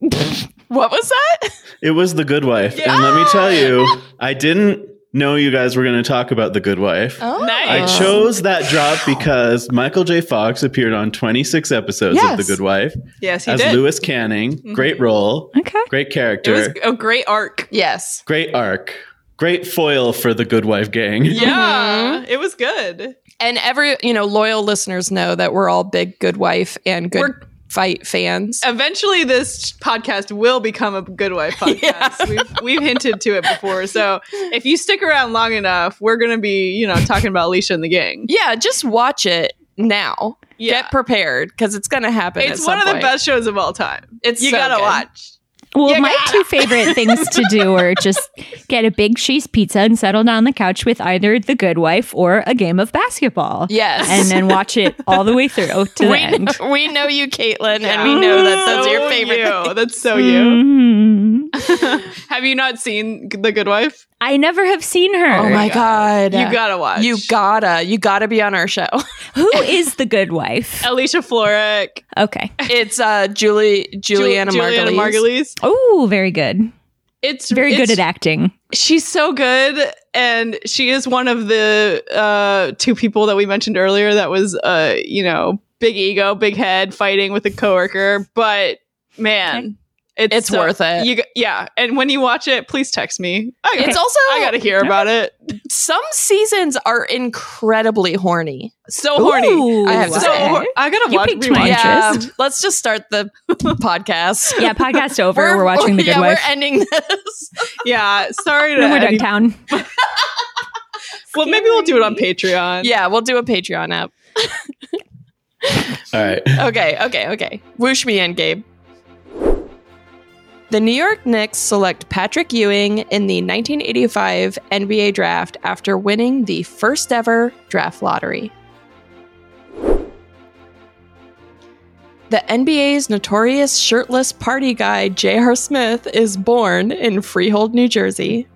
What was that?
It was The Good Wife. And let me tell you, I didn't know you guys were going to talk about The Good Wife.
Oh.
I
Nice.
chose that drop because Michael J. Fox appeared on 26 episodes
Yes.
of The Good Wife
yes, he
as
did.
Lewis Canning. Great role,
Okay.
great
It
character,
was a great arc.
Yes.
great arc. Great foil for the Good Wife gang.
Yeah, it was good.
And every, you know, loyal listeners know that we're all big Good Wife and Good
We're-
Fight fans.
Eventually, this podcast will become a
*laughs*
Good Wife podcast. We've, we've hinted to it before. So if you stick around long enough, we're going to be, you know, talking about Alicia and the gang.
Yeah, just watch it now.
Yeah.
Get prepared because it's going to happen.
It's one of the best shows of all time.
It's
you
so
gotta
good.
watch.
Well,
You
my
gotta-
two favorite things to do are just get a big cheese pizza and settle down on the couch with either The Good Wife or a game of basketball.
Yes.
And then watch it all the way through to
*laughs*
the
we
end.
know, we know you, Caitlin, and we know that those are your
So
favorite.
Oh, you.
things. Mm.
That's
*laughs*
so you.
Mhm.
Have you not seen The Good Wife?
I never have seen her.
Oh my god!
You gotta watch.
You gotta. You gotta be on our
*laughs*
show.
Who is the good wife?
Alicia Florek,
Okay.
It's uh Julie Juliana,
Jul- Juliana
Margulies.
Margulies.
Oh, very good.
It's
Very
it's-
good at acting.
She's so good, and she is one of the uh, two people that we mentioned earlier. That was, uh, you know, big ego, big head, fighting with a coworker. But man, it's
It's
so-
worth it.
You, g- yeah, and when you watch it, please text me. I,
It's also
I gotta hear about it.
some seasons are incredibly horny.
So horny.
Ooh.
I have to
so
say.
hor- I gotta
You
watch.
piqued
rewatch
my
it.
interest.
Yeah, let's just start the *laughs* podcast.
Yeah, podcast over. We're, watching The
*laughs*
Good
yeah,
Wife.
We're ending
*laughs*
this.
Yeah, sorry to.
No, we're
any-
downtown.
well, maybe we'll do it on Patreon.
Yeah, we'll do a Patreon app.
All right.
okay, okay, okay. Whoosh me in, Gabe. The New York Knicks select Patrick Ewing in the 1985 NBA draft after winning the first ever draft lottery. The NBA's notorious shirtless party guy, J.R. Smith, is born in Freehold, New Jersey.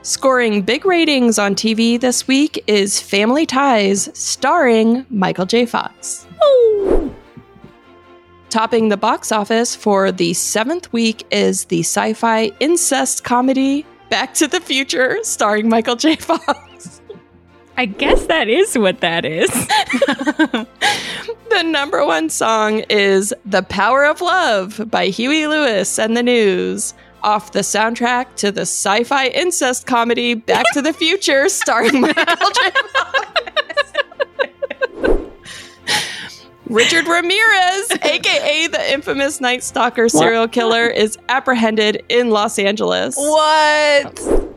Scoring big ratings on TV this week is Family Ties, starring Michael J. Fox. Topping the box office for the seventh week is the sci fi incest comedy Back to the Future, starring Michael J. Fox.
I guess that is what that is.
the number one song is The Power of Love by Huey Lewis and the News, off the soundtrack to the sci fi incest comedy Back to the Future, *laughs* starring Michael J. Fox. Richard Ramirez, aka the infamous Night Stalker serial killer, is apprehended in Los Angeles.
What?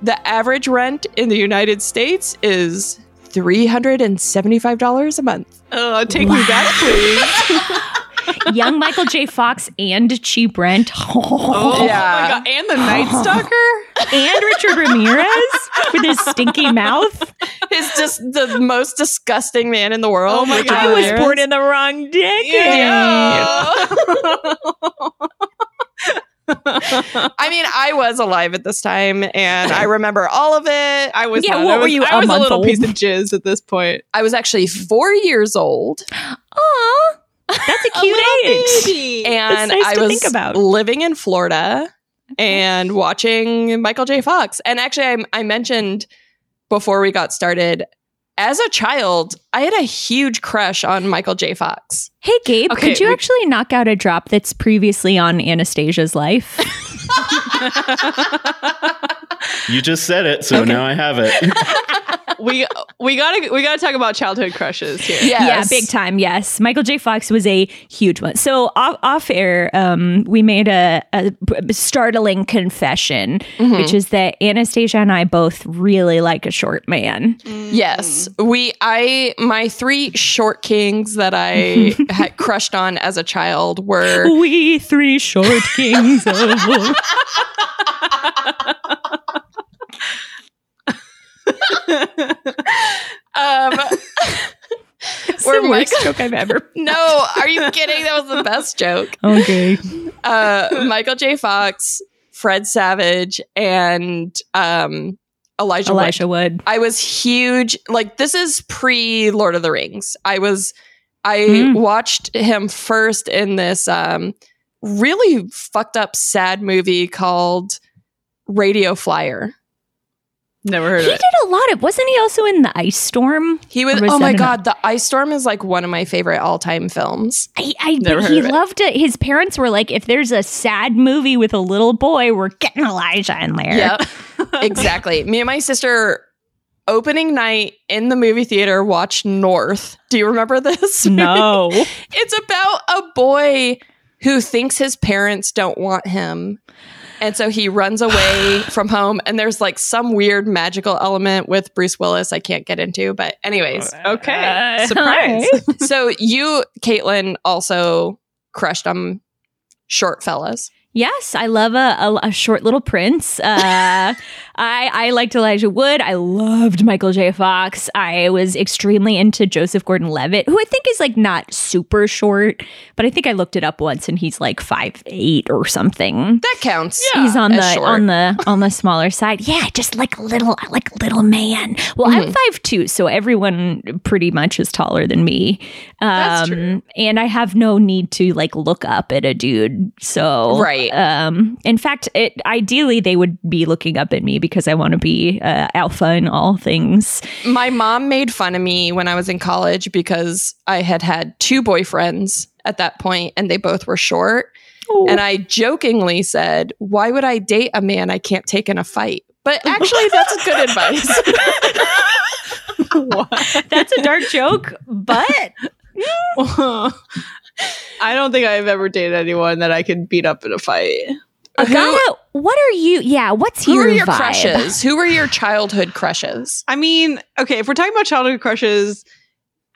The average rent in the United States is $375 a month.
Oh, take me back, please.
Young Michael J. Fox and Cheap *laughs* Rent.
Oh
Yeah.
my god! And the Night Stalker.
and Richard Ramirez with his stinky mouth.
is just the most disgusting man in the world.
Oh my
Richard
God.
I was
Ramirez.
born in the wrong decade.
*laughs*
I mean, I was alive at this time, and I remember all of it.
I was.
Yeah,
not.
what
I was,
were you,
I
a
was a
month
little
old?
piece of jizz at this point.
I was actually four years old,
Aw, that's a cute age.
and
nice
I
to
was
think about.
living in Florida and watching Michael J. Fox. And actually, I, I mentioned before we got started. As a child, I had a huge crush on Michael J. Fox.
Hey, Gabe,
Okay,
could you
we-
actually knock out a drop that's previously on Anastasia's life?
You just said it, so now I have it.
we we gotta we gotta talk about childhood crushes here.
Yes.
Yeah, big time. Yes, Michael J. Fox was a huge one. So off, off air, um, we made a, a b- startling confession, which is that Anastasia and I both really like a short man.
Yes, we. I my three short kings that *laughs* I had crushed on as a child were
We three short kings of.
um. *laughs*
Where
were
the worst
Michael-
joke I've *laughs* ever.
No, are you kidding? That was the best joke.
Okay.
*laughs* Uh, Michael J. Fox, Fred Savage, and um, Elijah. Wood.
Elisha Wood.
I was huge. Like this is pre Lord of the Rings. I was I
Mm.
watched him first in this um really fucked up sad movie called Radio Flyer.
Never heard
He
of
did
it.
a lot of. Wasn't he also in the ice storm?
He was.
Or was
Oh my
that an-
god, the Ice Storm is like one of my favorite all-time films.
I, I
Never heard
he
of it.
loved it. His parents were like, if there's a sad movie with a little boy, we're getting Elijah in there. *laughs*
exactly. Me and my sister opening night in the movie theater watched North. Do you remember this?
No.
*laughs* It's about a boy who thinks his parents don't want him. And so he runs
*sighs*
away from home. And there's like some weird magical element with Bruce Willis I can't get into. But, anyways,
Okay.
Uh,
Surprise.
so you, Caitlin, also crushed on short fellas.
Yes, I love a, a, a short little prince. Uh, I I liked Elijah Wood. I loved Michael J. Fox. I was extremely into Joseph Gordon-Levitt, who I think is like not super short, but I think I looked it up once and he's like five eight or something.
That counts.
he's on
as
the
short. *laughs*
on the on the smaller side. Yeah, just like a little I like a little man. Well,
Mm-hmm.
I'm five two, so everyone pretty much is taller than me. Um
That's true.
and I have no need to like look up at a dude. So
Right.
Um in fact it ideally they would be looking up at me because I want to be uh, alpha in all things.
My mom made fun of me when I was in college because I had had two boyfriends at that point and they both were short. And I jokingly said, Why would I date a man I can't take in a fight? But *laughs* actually, that's good advice.
That's
*laughs*
a dark joke, but
*laughs* I don't think I've ever dated anyone that I could beat up in a fight.
Agata, what are you? Yeah, what's
Who
your,
are your
vibe?
crushes? Who were your childhood crushes?
I mean, okay, if we're talking about childhood crushes,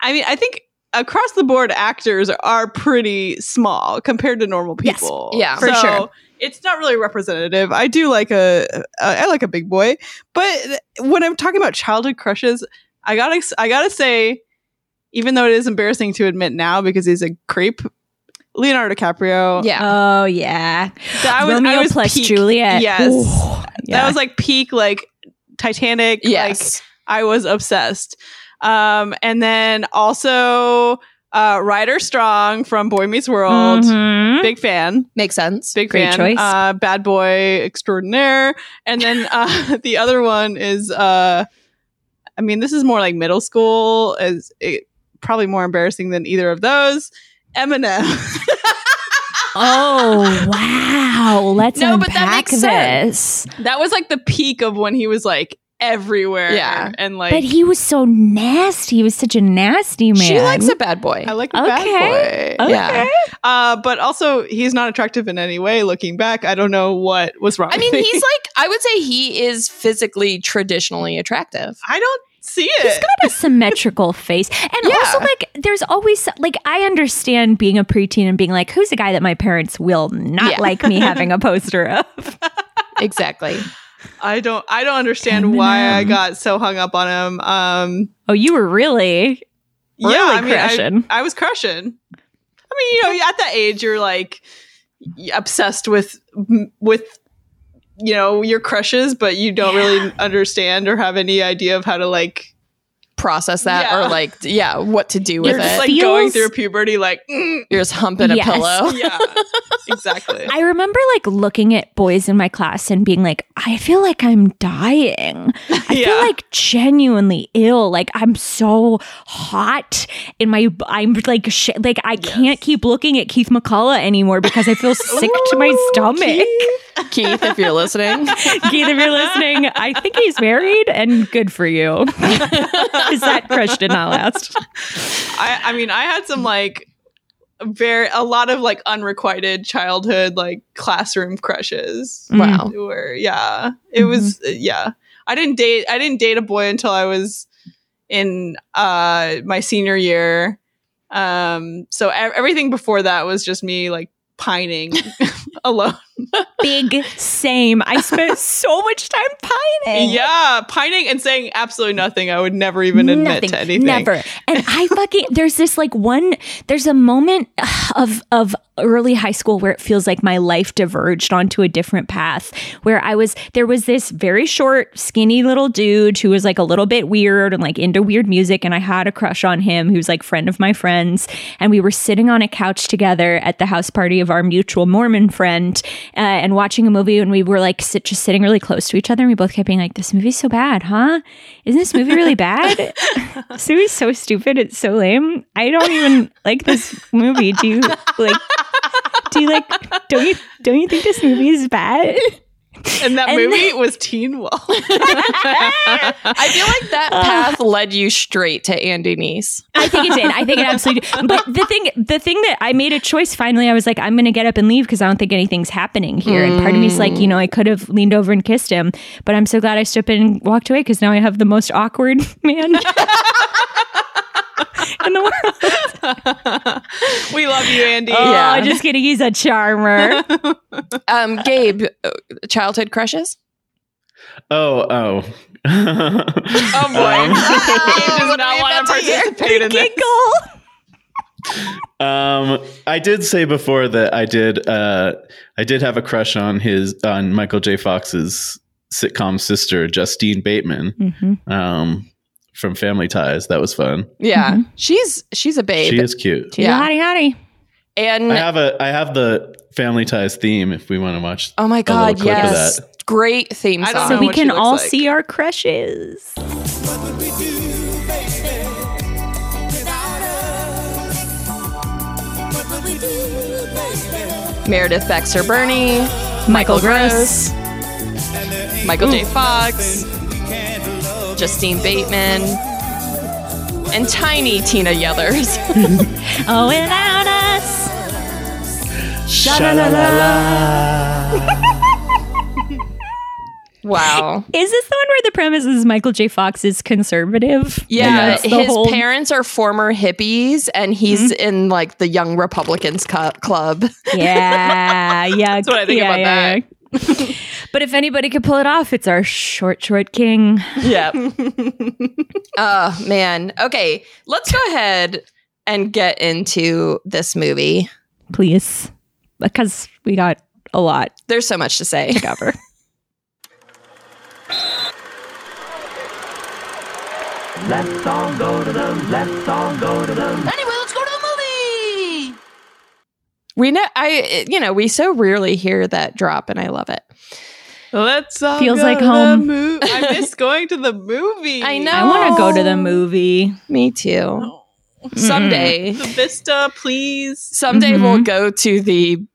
I mean, I think across the board, actors are pretty small compared to normal
Yes.
people.
Yeah.
For sure.
It's not really representative. I do like a, a I like a big boy, but when I'm talking about childhood crushes, I gotta I gotta say, even though it is embarrassing to admit now because he's a creep, Leonardo DiCaprio.
Yeah.
Oh yeah.
that was,
Romeo
I was
plus
peak-
Juliet.
Yes,
Ooh, yeah.
that was like peak like Titanic. like,
yes.
I was obsessed. Um, and then also uh, Ryder Strong from Boy Meets World.
Mhm.
Big fan,
Makes sense.
big
Great
fan.
choice.
Uh, bad boy extraordinaire, and then uh, *laughs* the other one is, uh, I mean, this is more like middle school. Is it, probably more embarrassing than either of those. Eminem. *laughs*
Oh wow! Let's
No, but
unpack
that makes
this.
that was like the peak of when he was like everywhere.
Yeah.
and like
But he was so nasty. He was such a nasty man.
She likes a bad boy.
I like the
Okay.
bad boy.
Okay.
Yeah.
Uh, but also, he's not attractive in any way. Looking back, I don't know what was wrong.
I mean,
with me.
he's like, I would say he is physically traditionally attractive.
*laughs* I don't see
He's
it.
got a symmetrical face, and
Yeah.
also like there's always like I understand being a preteen and being like, who's a guy that my parents will not
Yeah.
like me having a poster
*laughs*
of?
Exactly.
I don't. I don't understand why I
Eminem.
got so hung up on him. Um,
Oh, you were really Really
yeah, I mean, I-
crushing.
I, was crushing. I mean, you know, at that age, you're like y- obsessed with with you know your crushes, but you don't really understand or have any idea of how to like.
Process that
Yeah.
or like, yeah, what to do with
You're
it.
just like going
Feels-
through puberty, like mm,
You're just humping a
Yes.
pillow. *laughs*
yeah, exactly.
I remember like looking at boys in my class and being like, I feel like I'm dying. I
Yeah.
feel like genuinely ill. Like I'm so hot in my, I'm like, sh- like I can't keep looking at Keith McCullough anymore because
*laughs*
I feel sick to my stomach.
Keith, if you're listening.
*laughs* Keith, if you're listening, I think he's married and good
*laughs*
for you. Because that crush did not last.
I, I mean, I had some like very a lot of like unrequited childhood like classroom crushes.
Oh.
Wow.
Where yeah, it was
Mm-hmm.
uh, yeah. I didn't date I didn't date a boy until I was in uh my senior year. Um so e- everything before that was just me like pining *laughs*
*laughs*
alone.
Big same. I spent so much time pining.
Yeah, pining and saying absolutely nothing. I would never even admit to anything.
Never. And I fucking there's this like one there's a moment of of early high school where it feels like my life diverged onto a different path where I was there was this very short skinny little dude who was like a little bit weird and like into weird music and I had a crush on him who was like friend of my friends and we were sitting on a couch together at the house party of our mutual Mormon friend uh, and watching a movie and we were like sit, just sitting really close to each other and we both kept being like, this movie's so bad, huh? Isn't this movie really bad? *laughs* this movie's so stupid. It's so lame. I don't even like this movie. Do you like, do you like, don't you, don't you think this movie is bad?
And that
And-
movie was Teen Wolf. *laughs*
I feel like that path led you straight to Andy Nice.
I think it did. I think it absolutely did. But the thing, the thing that I made a choice finally, I was like, I'm going to get up and leave because I don't think anything's happening here. And part of me's like, you know, I could have leaned over and kissed him, but I'm so glad I stood up and walked away because now I have the most awkward *laughs* man in the world.
we love you, Andy.
Oh,
Yeah.
just kidding. He's a *laughs* charmer.
Um, Gabe, uh, childhood crushes?
Oh,
Um,
oh. oh
*laughs*
*laughs* Gabe does not want to participate in this.
Giggle.
Um, I did say before that I did. Uh, I did have a crush on his on Michael J. Fox's sitcom sister Justine Bateman
Mhm.
um, from Family Ties. That was fun.
Yeah. She's she's a babe.
She is cute.
She's
Yeah.
a hottie hottie.
and
I have a. I have the Family Ties theme. If we want to watch.
oh my
little
god,
clip of
yes. Great theme
I
song.
don't
So
know
we
what she
can
looks
all
like.
see our crushes.
Meredith Baxter Bernie,
Michael Gross.
Gross, Michael J. Fox, Justine Bateman, and tiny Tina Yethers.
Oh, without us.
*laughs* wow.
Is this the one where the premise is Michael J. Fox is conservative?
Yeah,
Like, that's the
his
whole- Mm-hmm.
parents are former hippies, and he's in like the Young Republicans cu-
*laughs*
Club.
*laughs* Yeah, yeah. That's
what I think about that.
*laughs* but if anybody could pull it off, it's our short, short king.
yeah. *laughs* oh man. Okay, let's go ahead and get into this movie.
Please. Because we got a lot
There's so much to say.
to cover.
Anyway, let's go to the movie. We know I you know, we so rarely hear that drop and I love it.
Let's all
Feels
go
like
to the
home.
Mo-
*laughs*
I miss going to the movie.
I
I
know.
want to go to
*laughs*
the movie.
Me too.
Oh.
Someday.
Mm-hmm.
The Vista, please.
Someday
Mhm.
we'll go to the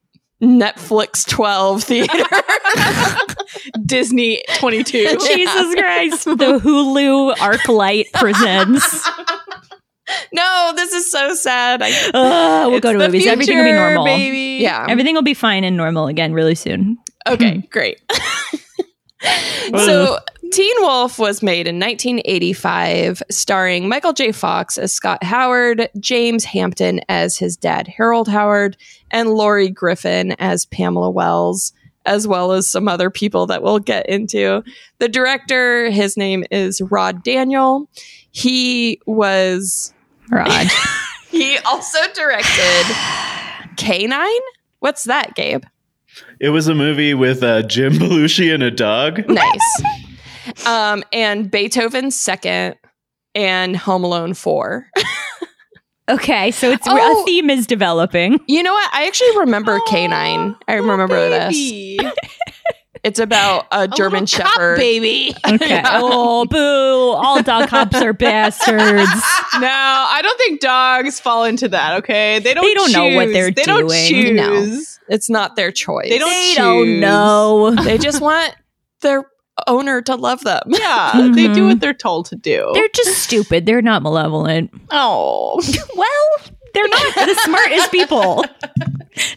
Netflix 12
*laughs*
theater. *laughs*
Disney 22.
Jesus Christ. The Hulu Arc Light
*laughs*
presents.
*laughs* no, Oh, this is so sad. I,
Ugh, we'll
It's
go to
the
movies. Everything will be
future,
normal.
Baby.
yeah.
Everything will be fine and normal again really soon.
Hmm.
Okay, great. *laughs* so, Teen Wolf was made in 1985, starring Michael J. Fox as Scott Howard, James Hampton as his dad, Harold Howard, and Lori Griffin as Pamela Wells, as well as some other people that we'll get into. The director, his name is Rod Daniel. He was,
Rod.
*laughs*
*laughs*
he also directed Canine? What's that, Gabe?
It was a movie with uh, Jim *laughs* Belushi and a dog.
*laughs*
nice. Um, and Beethoven's second and Home Alone four.
Okay, so it's
Oh.
a theme is developing.
You know what? I actually remember Canine. I remember this.
Oh, baby.
*laughs*
It's about a German Shepherd. *laughs*
baby.
Okay. Oh, boo! All dog cops are bastards.
No, I don't think dogs fall into that. Okay, they don't.
They don't know what
choose.
they're
they
doing.
Don't
No.
choose.
It's not their choice.
*laughs* They don't.
They
choose.
don't know.
They *laughs* just want their owner to love them.
Yeah,
*laughs*
they do
Mhm.
what they're told to do.
They're just stupid. They're not malevolent.
oh,
Well, they're not the smartest people. *laughs*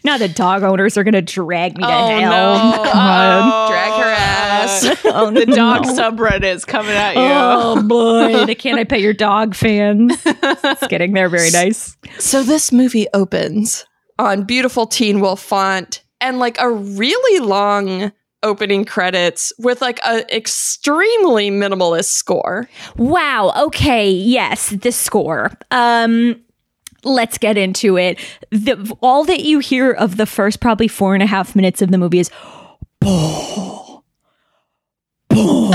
Now the dog owners are gonna drag me to
Oh,
hell. *laughs*
no. Oh.
God.
Drag her ass.
*laughs* Oh,
Oh, The dog
no.
subreddit is coming at you.
Oh
*laughs*
boy, the can I pet your dog fans. Just kidding,
*laughs*
they're very nice.
So this movie opens on beautiful Teen Wolf font and like a really long opening credits with like an extremely minimalist score.
Wow. Okay. Yes, the score. Um let's get into it. The all that you hear of the first probably four and a half minutes of the movie is boom. Boom.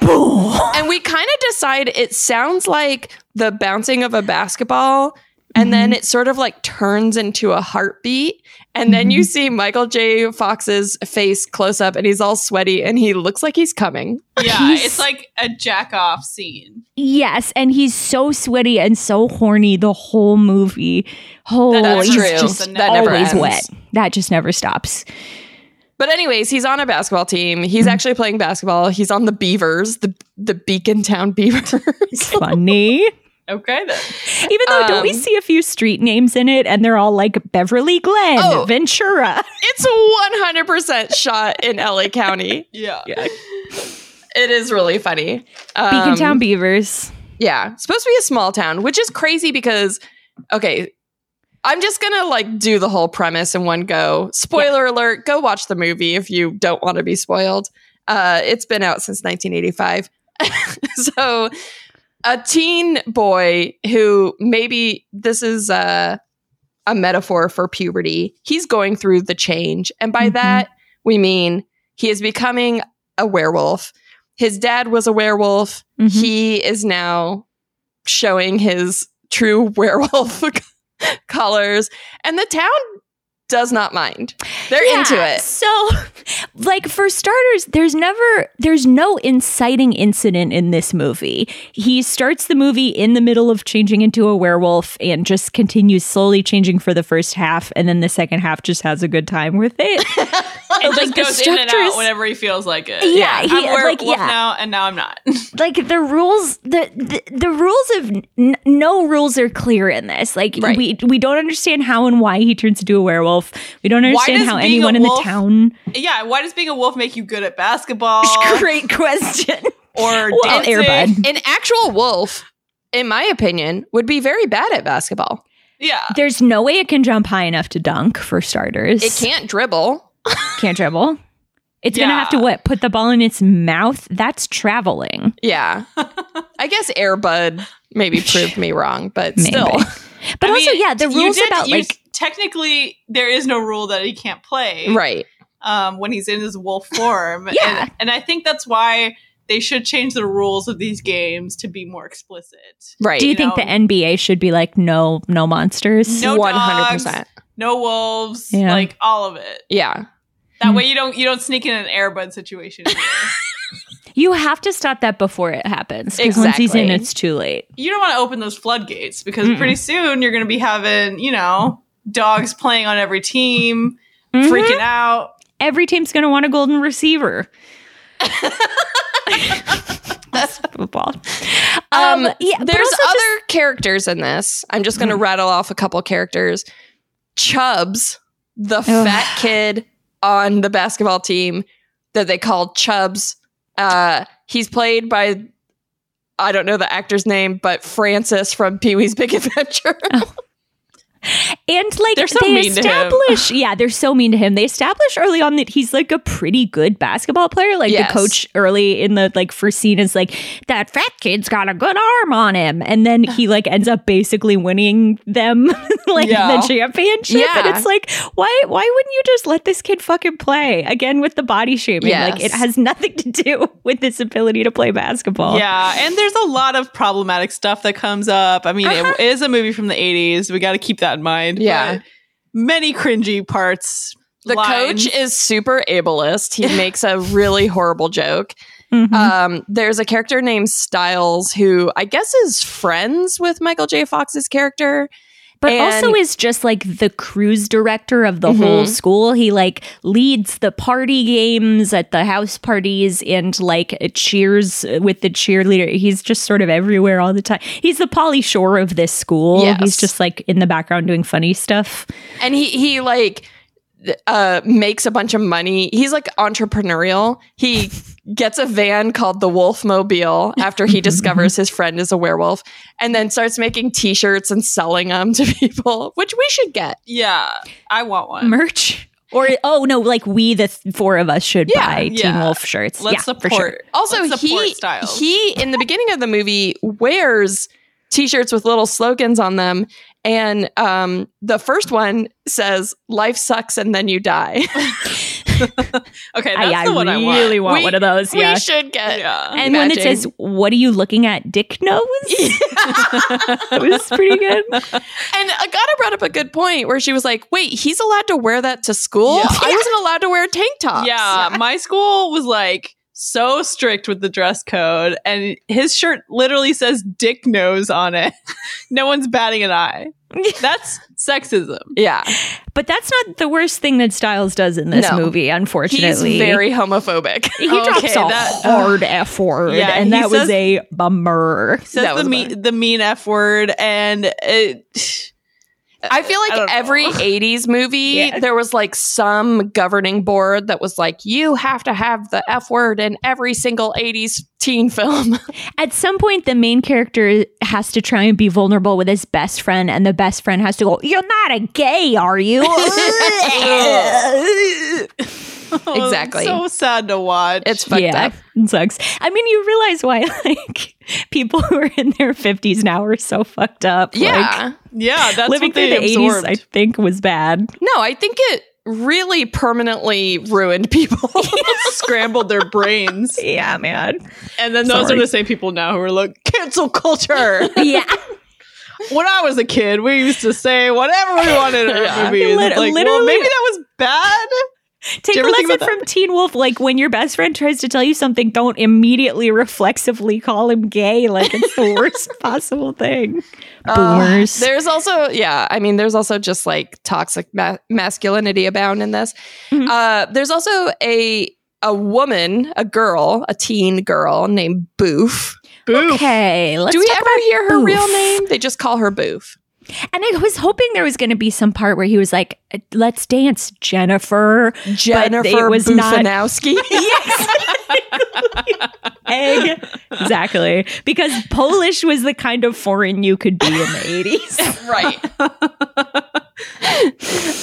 boom.
And we kind of decide it sounds like the bouncing of a basketball and then it sort of like turns into a heartbeat. And then you see Michael J. Fox's face close up, and he's all sweaty, and he looks like he's coming.
Yeah,
He's-
it's like a jack off scene.
Yes, and he's so sweaty and so horny the whole movie. Oh,
That's
he's
true.
just
That never
always
ends.
wet. That just never stops.
But anyways, he's on a basketball team. He's
Mm-hmm.
actually playing basketball. He's on the Beavers, the the Beacon Town Beavers. *laughs*
Funny.
Okay, then.
Even though, don't we
Um,
see a few street names in it and they're all like Beverly Glen,
Oh.
Ventura?
it's one hundred percent shot in LA
*laughs*
County.
Yeah.
It is really funny. Um,
Beacon Town Beavers.
Yeah. It's supposed to be a small town, which is crazy because, okay, I'm just going to like do the whole premise in one go. Spoiler alert, go watch the movie if you don't want to be spoiled. Uh, it's been out since 1985. *laughs* so a teen boy who maybe this is uh, a metaphor for puberty, he's going through the change. And by
Mhm.
that, we mean he is becoming a werewolf. His dad was a werewolf
Mhm.
he is now showing his true *laughs* werewolf colors and the town does not mind they're
Yeah,
into it
So, *laughs* like for starters, there's never there's no inciting incident in this movie. He starts the movie in the middle of changing into a werewolf and just continues slowly changing for the first half and then the second half just has a good time with
*laughs*
it.
It just
Like, the
goes in and
structures-
out whenever he feels like it.
Yeah, he-
I'm
like,
like,
yeah.
now, and now I'm not. *laughs*
like the rules the the, the rules of n- no rules are clear in this. Like
Right.
we we don't understand how and why he turns into a werewolf. We don't understand
does
how
being a
anyone in the
wolf-
town
yeah, why does being a wolf make you good at
*laughs*
basketball
Great
*laughs*
question.
or
Well,
dancing?
Airbud.
an actual wolf in my opinion would be very bad at basketball
Yeah.
There's no way it can jump high enough to dunk for starters.
it can't dribble
Can't dribble. It's gonna have to
Yeah.
what? Put the ball in its mouth. That's traveling. *laughs*
yeah i guess airbud maybe proved me wrong but still
Maybe. *laughs* But
I
also,
mean,
yeah, the
you
rules
did-
about
you-
like
technically there is no rule that he can't play
right
um, when he's in his
*laughs*
wolf form.
Yeah.
and, and I think that's why they should change the rules of these games to be more explicit.
right
do you
you
think
know.
the NBA should be like no no monsters?
No
100%
dogs. No wolves,
Yeah.
like all of it.
yeah
That
Hmm.
way you don't you don't sneak in an airbud situation. *laughs* either.
You have to stop that before it happens. Because once he's in,
Exactly.
it's too late.
you don't want to open those floodgates because
Mm-mm.
pretty soon you're going to be having, you know, dogs playing on every team,
Mm-hmm.
Mhm.
freaking out.
Every team's gonna want a golden
*laughs*
receiver. That's football. Um,
Um,
yeah, but
There's
also just- Mm.
other characters in this. I'm just going to rattle off a couple characters. Chubbs, the fat kid on the basketball team that they call Chubbs. Uh, he's played by I don't know the actor's name, but Francis from Pee Wee's Big *laughs* Adventure.
Uh, And like
They're so
they
mean to him.
establish, yeah, they're so mean to him. They establish early on that he's like a pretty good basketball player. Like
Yes.
the coach early in the like first scene is like that fat kid's got a good arm on him, and
*sighs*
then he like ends up basically winning them *laughs* like
Yeah.
the championship. And
Yeah.
it's like why why wouldn't you just let this kid fucking play again with the body shaming? Like it
Yes.
has *laughs* nothing to do with this ability to play basketball.
Yeah, and there's a lot of problematic stuff that comes up. I mean, it-
Uh-huh.
it is a movie from the 80s. We got to keep that in mind.
Yeah.
but many cringy parts.
the
lines.
coach is super ableist.
*laughs*
He makes a really horrible joke.
Mhm.
Uh,
Um, there's a character named Styles who I guess is friends with Michael J. Fox's character.
but
And-
also is just like the cruise director of the whole
Mhm.
Mm-hmm.
school. He like leads the party games at the house parties and like cheers with the cheerleader. He's just sort of everywhere all the time. He's the Polly Shore of this school.
Yes.
He's just like in the background doing funny stuff.
and he he like th- uh makes a bunch of money he's like entrepreneurial he gets a van called the wolf mobile after he discovers his friend is a werewolf and then starts making t-shirts and selling them to *laughs* people which we should get
Yeah, I want one.
Merch. Or oh no, like we the th- four of us should
Yeah,
buy Teen
yeah.
Wolf shirts.
Let's
yeah, for
support.
sure.
also
Let's support
he
Styles.
he in the beginning of the movie wears t-shirts with little slogans on them and um the first one says life sucks and then you die *laughs*
okay, that's
I, I
the one I want.
really want,
We-
one of those.
We
Yeah.
should get
Yeah.
and when it
matching.
says, "What are you looking at, Dick
*laughs*
Nose?" *laughs* that was pretty good.
And Agata brought up a good point where she was like, wait, he's allowed to wear that to school?
Yeah.
I wasn't allowed to wear tank tops.
Yeah, my school was like so strict with the dress code, and his shirt literally says "dick nose" on it. *laughs* no one's batting an eye. That's sexism.
Yeah.
But that's not the worst thing that Styles does in this
No.
movie,
He's
unfortunately.
very homophobic.
he drops
Oh, Okay,
a
that-
hard F word,
Yeah,
and
he
that was
says-
a bummer.
Says
That was
the mean the mean f word, and it, *laughs*
I feel
I
like
don't know.
every 80s movie,
Yeah.
there was like some governing board that was like, you have to have the F word in every single 80s teen film.
At some point, the main character has to try and be vulnerable with his best friend, and the best friend has to go, "You're not a gay,
*laughs*
are you?" *laughs*
Exactly.
so sad to watch.
It's fucked
yeah,
up.
*laughs* it sucks. I mean, you realize why *laughs* like people who are in their fifties now are so fucked up. Like,
Yeah.
yeah, that's
living
what they
through the
absorbed.
I think, was bad.
No, I think it really permanently ruined people.
scrambled their
*laughs*
brains,
Yeah, man.
and then those
Sorry.
are the same people now who are like cancel culture.
*laughs* Yeah,
when I was a kid, we used to say whatever we wanted in
Yeah.
our movies.
Lit-
like, well,
literally-
maybe that was bad.
take
you
a
ever think
lesson
about that?
from Teen Wolf. Like when your best friend tries to tell you something, don't immediately reflexively call him gay. Like it's the
*laughs*
worst possible thing.
Uh,
Boomers.
Uh, There's also, yeah, I mean, there's also just like toxic ma- masculinity abound in this.
Mhm.
Uh, there's also a a woman, a girl, a teen girl named Boof.
Boof.
Okay, let's
Do we
talk
ever
about
hear her
Boof.
real name? They just call her Boof.
And I was hoping there was going to be some part where he was like, "Let's dance, Jennifer."
Jennifer
was not-
Bufanowski.
*laughs* yes.
*laughs*
Egg. Exactly. Because Polish was the kind of foreign you could be in the 80s. *laughs*
right.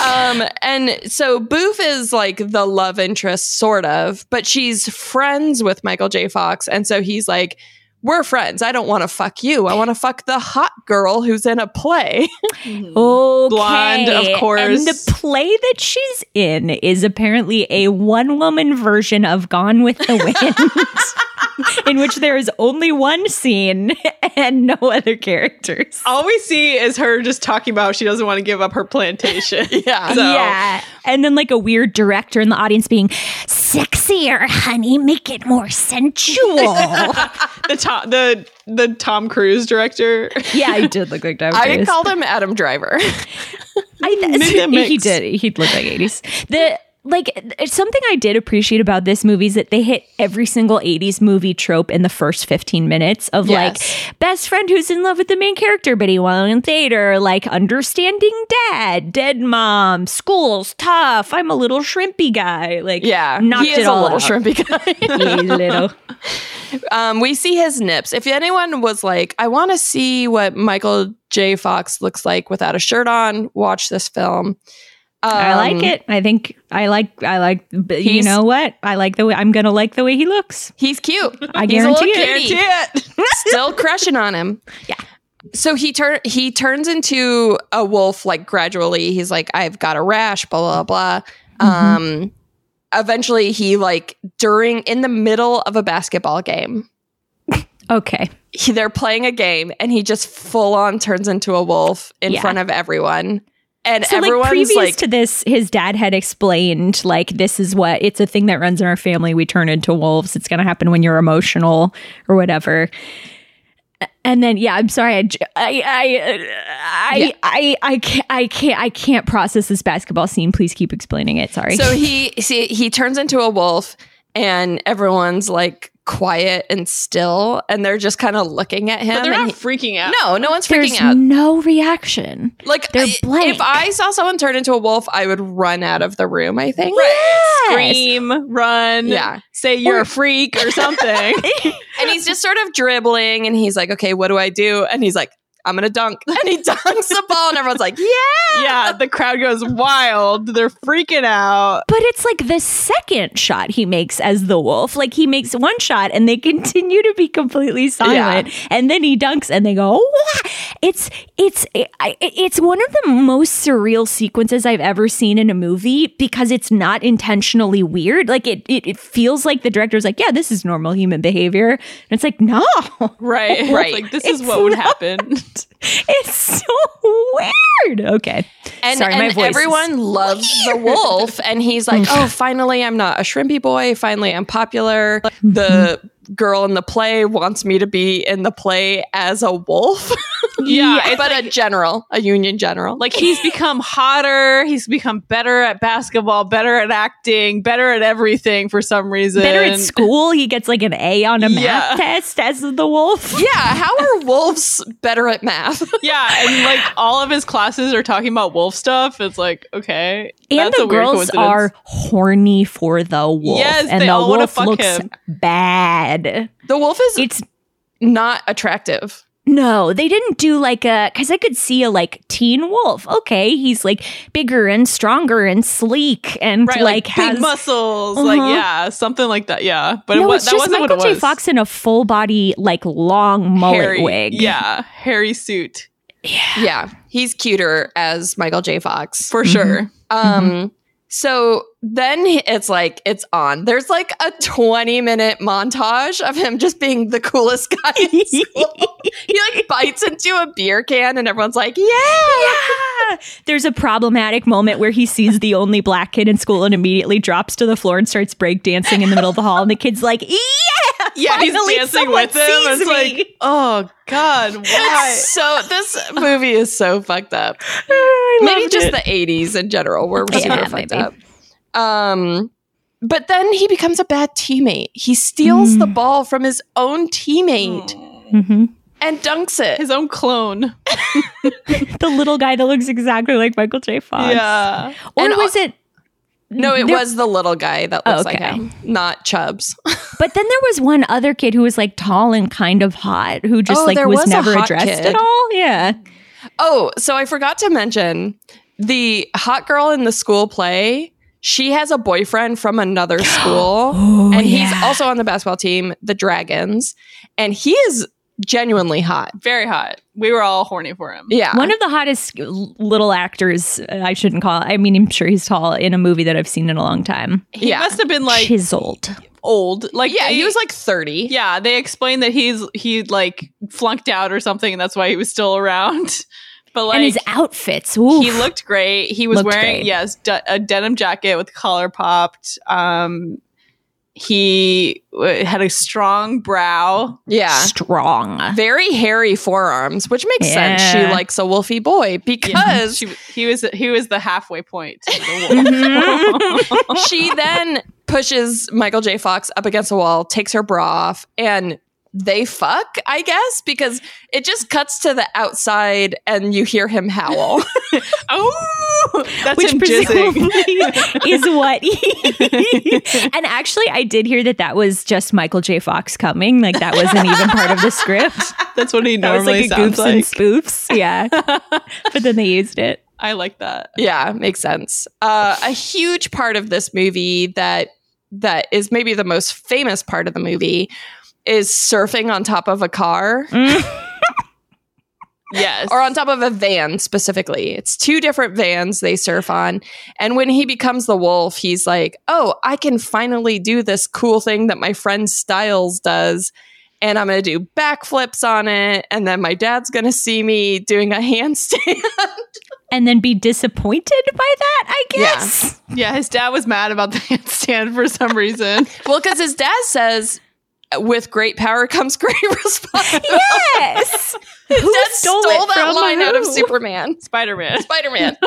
um, and so Boof is like the love interest, sort of, but she's friends with Michael J. Fox. And so he's like, we're friends. I don't want to fuck you. I want to fuck the hot girl who's in a play.
Mm-hmm. Okay.
Blonde, of course.
And the play that she's in is apparently a one woman version of Gone with the Wind, *laughs* in which there is only one scene *laughs* and no other characters.
All we see is her just talking about she doesn't want to give up her plantation.
Yeah.
Oh, So-
Yeah. And then like a weird director in the audience being sexier, honey, make it more sensual.
*laughs* the Tom, the the Tom Cruise
*laughs*
director.
yeah, I did look like Tom
I
Cruise.
called him Adam Driver.
I th-
Maybe a
he
mix.
did. He looked like eighties. The like it's something I did appreciate about this movie is that they hit every single eighties movie trope in the first fifteen minutes of
Yes.
like best friend who's in love with the main character, but he won't in theater. Like understanding dad, dead mom, school's tough. I'm a little shrimpy guy.
*laughs*
Like
yeah.
knocked
he is
it
a
all
little
out. *laughs*
shrimpy guy. *laughs*
He little.
um, we see his nips. If anyone was like, I want to see what Michael J. Fox looks like without a shirt on, watch this film.
I
Um,
like it. I think I like. I like. But you
He's-
know what? I like the way. I'm gonna like the way he looks.
He's cute.
I
He's a
guarantee
little
it.
cutie.
it.
Still crushing on him.
*laughs* Yeah.
So he turn he turns into a wolf like gradually. He's like, I've got a rash, blah blah blah.
Mm-hmm.
Um eventually he like during in the middle of a basketball game.
Okay.
He, they're playing a game and he just full on turns into a wolf in
Yeah.
front of everyone. And
So like
everyone's
previous
like
to this, his dad had explained like this is what it's a thing that runs in our family. We turn into wolves. It's gonna happen when you're emotional or whatever. A- And then yeah, I'm sorry. I j- I I I,
Yeah.
I, I can't I can't I can't process this basketball scene. Please keep explaining it. Sorry.
So he see, he turns into a wolf, and everyone's like quiet and still, and they're just kind of looking at him.
But they're
and he-
not freaking out.
no, no one's
There's
freaking out.
no reaction.
Like
they're
I-
blank.
if I saw someone turn into a wolf, I would run out of the room. I think.
Scream, run,
Yeah.
say you're a freak
*laughs*
or something.
And he's just sort of dribbling, and he's like, "Okay, what do I do?" And he's like, I'm gonna dunk. And he *laughs* dunks the ball, and everyone's like, yeah.
yeah, the crowd goes wild. They're freaking out.
But it's like the second shot he makes as the wolf. Like he makes one shot and they *laughs* continue to be completely silent. And then he dunks and they go, "Wah!" it's it's it, it's one of the most surreal sequences I've ever seen in a movie because it's not intentionally weird. Like it it, it feels like the director's like, yeah, this is normal human behavior. And it's like, no, *laughs*
*laughs*
Right. It's
Right.
Like this is
It's
what would
not- *laughs*
happen.
it's so weird. Okay,
And,
sorry, my
and
voice. is-
everyone loves the
*laughs*
wolf. And he's like, oh, finally, I'm not a shrimpy boy. Finally, I'm popular. The girl in the play wants me to be in the play as a
*laughs*
wolf.
Yeah, it's
but a general, a union general.
Like
*laughs*
he's become hotter. He's become better at basketball, better at acting, better at everything for some reason.
better at school. He gets like an A on a
Yeah.
math test as the wolf.
yeah, how
*laughs*
are wolves better at math?
Yeah, and like all of his classes are talking about wolf stuff. It's like okay,
And
that's
the
a weird
girls
coincidence.
are horny for the wolf.
Yes,
and
they
the
all wanna
wolf
fuck
looks
him.
bad.
The wolf is
It's
not attractive.
no, they didn't do like a because I could see a like teen wolf. Okay, he's like bigger and stronger and sleek and
right,
like,
like,
has
big muscles,
Uh-huh.
like yeah, something like that. Yeah, but it
no,
was
it's
that
just
wasn't
Michael
what it
J.
was.
Fox in a full body like long mullet
Hairy-
wig.
yeah, hairy suit
Yeah, he's cuter as Michael J. Fox.
Mm-hmm.
for sure. *laughs*
Um, so then he- it's like it's on. There's like a 20 minute montage of him just being the coolest guy.
*laughs*
in school. he like bites into a beer can, and everyone's like, "Yeah!"
Yeah. *laughs* There's a problematic moment where he sees the only black kid in school and immediately drops to the floor and starts breakdancing in the middle of the hall. And the kid's like, yeah.
Yeah, he's
finally
dancing
someone
with him.
sees
It's
me."
like, oh god,
*laughs*
why?
So this movie is so fucked up. maybe just the 80s in general were
Yeah,
super fucked
maybe.
up. Um, but then he becomes a bad teammate. He steals
Mm.
the ball from his own teammate
hmm
and dunks it.
His own clone.
The little guy that looks exactly like Michael J. Fox.
Yeah.
Or
And
was it?
no, it
there-
was the little guy that
Oh,
looks
okay.
like him, not Chubbs. *laughs*
But then there was one other kid who was like tall and kind of hot who just
Oh,
like
there
was,
was a
never
hot
addressed
kid.
at all. Yeah.
Oh, so I forgot to mention the hot girl in the school play. She has a boyfriend from
*gasps*
another school,
Oh,
and he's
yeah.
also on the basketball team, the Dragons, and he is genuinely hot.
Very hot. We were all horny for him.
Yeah,
One of the hottest little actors, uh, I shouldn't call. I mean, I'm sure he's tall in a movie that I've seen in a long time.
He
Yeah.
must have been like
Chiseled.
old. Like
yeah, he
they-
was like thirty.
Yeah, they explained that he's he like flunked out or something, and that's why he was still around. *laughs* But like
and his outfits.
he
oof.
looked great. He was
Looked
wearing
great.
yes de- a denim jacket with collar popped. Um, he w- had a strong brow.
yeah. *laughs*
strong. *laughs*
very hairy forearms, which makes sense. She
Yeah.
likes a wolfy boy because
she, he was he was the halfway
*laughs*
point. to
Mhm.
The wolf.
she then pushes Michael J. Fox up against a wall, takes her bra off, and they fuck, I guess, because it just cuts to the outside and you hear him howl.
oh, that's
Which
him jizzing. *laughs*
presumably *laughs* is
*laughs*
what. he- *laughs* and actually, I did hear that that was just Michael J. Fox coming. Like that wasn't even part of
*laughs*
the script.
That's what he
That was
normally
like a
sounds
goofs
like.
and spoofs. Yeah, *laughs* but then they used it.
I like that.
yeah, makes sense. Uh, a huge part of this movie that that is maybe the most famous part of the movie is surfing on top of a car.
Yes,
or on top of a van specifically. It's two different vans they surf on. And when he becomes the wolf, he's like, oh, I can finally do this cool thing that my friend Styles does. And I'm going to do backflips on it. And then my dad's going to see me doing a handstand.
And then be disappointed by that, I guess.
yeah. His dad was mad about the *laughs* handstand for some *laughs* reason.
*laughs* well, because his dad says, with great power comes great *laughs* responsibility.
Yes. Who
Dad stole,
it
that
from
line out of
who?
Superman.
Spider Man.
Spider Man.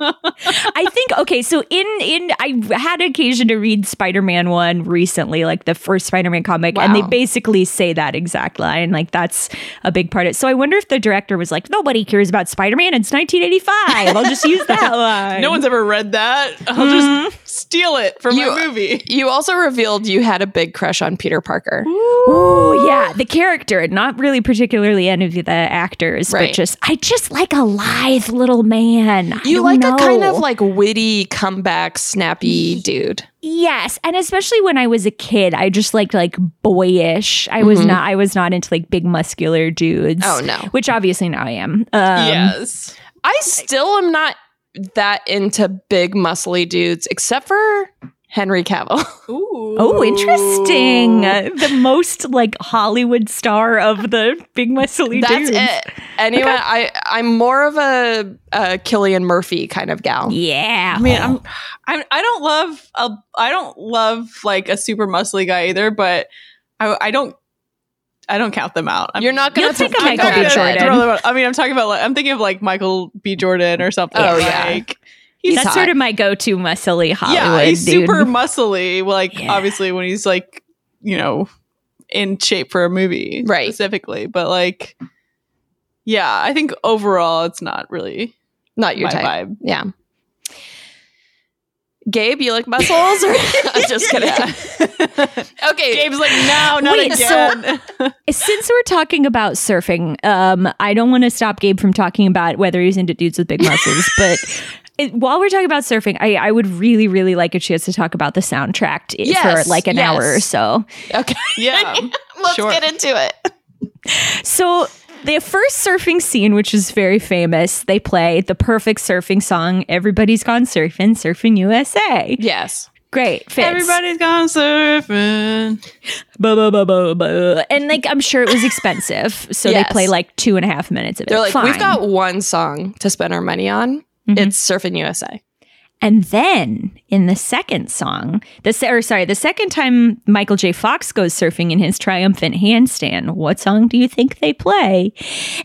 I think okay. So in in I had occasion to read Spider Man one recently, like the first Spider Man comic, and they
Wow.
basically say that exact line. Like that's a big part of it. So I wonder if the director was like, nobody cares
*laughs*
about Spider Man. It's 1985. I'll just use that line.
No one's ever read that. I'll just s- steal it from
You-
my movie.
*laughs* You also revealed you had a big crush on Peter Parker.
Ooh, yeah, the character, not really particularly any of the actors,
Right.
but just I just like a lithe little man. I
You
don't
like a kind
know.
of like witty comeback, snappy dude.
yes, and especially when I was a kid, I just liked like boyish. I was
Mhm.
not I was not into like big muscular dudes.
Oh no.
Which obviously now I am. Um,
yes.
I still am not that into big muscly dudes except for Henry
*laughs*
Cavill.
Ooh.
Oh, interesting. The most like Hollywood star of the big muscly
That's
dudes.
it. Anyway, I I'm more of a, a Killian Murphy kind of gal.
Yeah.
I mean, I'm, I'm, I don't love, a, I don't love like a super muscly guy either, but I, I don't, I don't count them out. I'm,
You're not
You'll
gonna
take
I'm
a Michael
not
B.
gonna-
Jordan.
throw them out. I mean, I'm talking about, like, I'm thinking of like Michael B. Jordan or something.
Oh, yeah.
like,
He's
That's
hot.
sort of my go-to muscly Hollywood
yeah, he's
dude.
super
*laughs*
muscly. Like
Yeah.
obviously when he's like, you know, in shape for a movie,
Right.
Specifically, but like, yeah, I think overall it's not really
Not your
my
type.
vibe.
Yeah. Gabe, you like muscles? *laughs* Or- I'm
*laughs*
just kidding. *laughs* Okay.
Gabe's like, no, not
Wait, so-
*laughs*
again. *laughs*
Since we're talking about surfing, um, I don't want to stop Gabe from talking about whether he's into dudes with big muscles, *laughs* but it, while we're talking about surfing, I, I would really, really like a chance to talk about the soundtrack i-
Yes,
for like an
yes.
hour or so.
okay.
yeah,
*laughs* Let's
Sure.
get into it.
So the first surfing scene, which is very famous, they play the perfect surfing song, Everybody's Gone Surfing, Surfing USA.
Yes.
Great. Fits.
everybody's gone surfing.
Ba, ba, ba, ba, ba. And like I'm sure it was expensive. So
Yes.
they play like two and a half minutes of it.
They're like, we've
Fine.
got one song to spend our money on.
Mhm.
It's Surfing USA.
And then in the second song, the se- or sorry, the second time Michael J. Fox goes surfing in his triumphant handstand, what song do you think they play?
You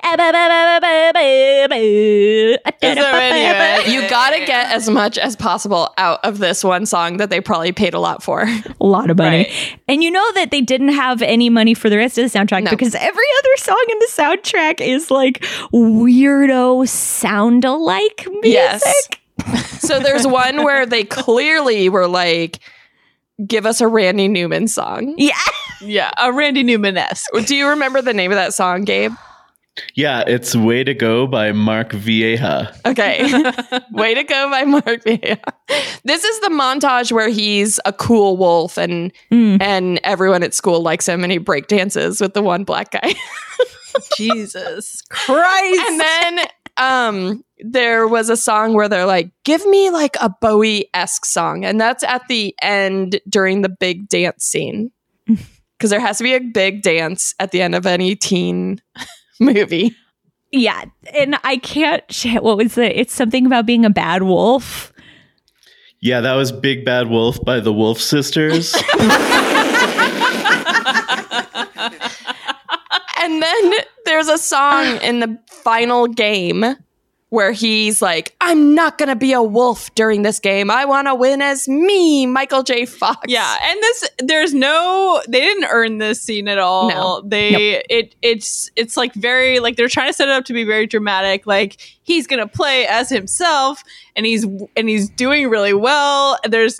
gotta get as much as possible out of this one song that they probably paid a lot for.
A lot of money.
Right.
And you know that they didn't have any money for the rest of the soundtrack
No.
because every other song in the soundtrack is like weirdo sound alike music.
Yes. So there's one where they clearly were like, give us a Randy Newman song.
Yeah.
Yeah, a Randy Newman
*laughs*
esque.
Do you remember the name of that song, Gabe?
Yeah, it's Way to Go by Mark Vieja.
*laughs* Okay. Way to go by Mark *laughs* Villa. This is the montage where he's a cool wolf and
Mm.
and everyone at school likes him and he break dances with the one black guy.
Jesus Christ.
and then um there was a song where they're like, give me like a Bowie-esque song. And that's at the end during the big dance scene. Because there has to be a big dance at the end of any teen movie.
Yeah, and I can't. Shit, what was it? It's something about being a bad wolf.
Yeah, that was Big Bad Wolf by the Wolf
*laughs*
Sisters.
And then there's a song in the final game where he's like, I'm not going to be a wolf during this game. I want to win as me, Michael J. Fox.
Yeah, and this there's no they didn't earn this scene at all.
No.
They it it's it's like very like they're trying to set it up to be very dramatic. Like he's gonna play as himself, and he's and he's doing really well. And there's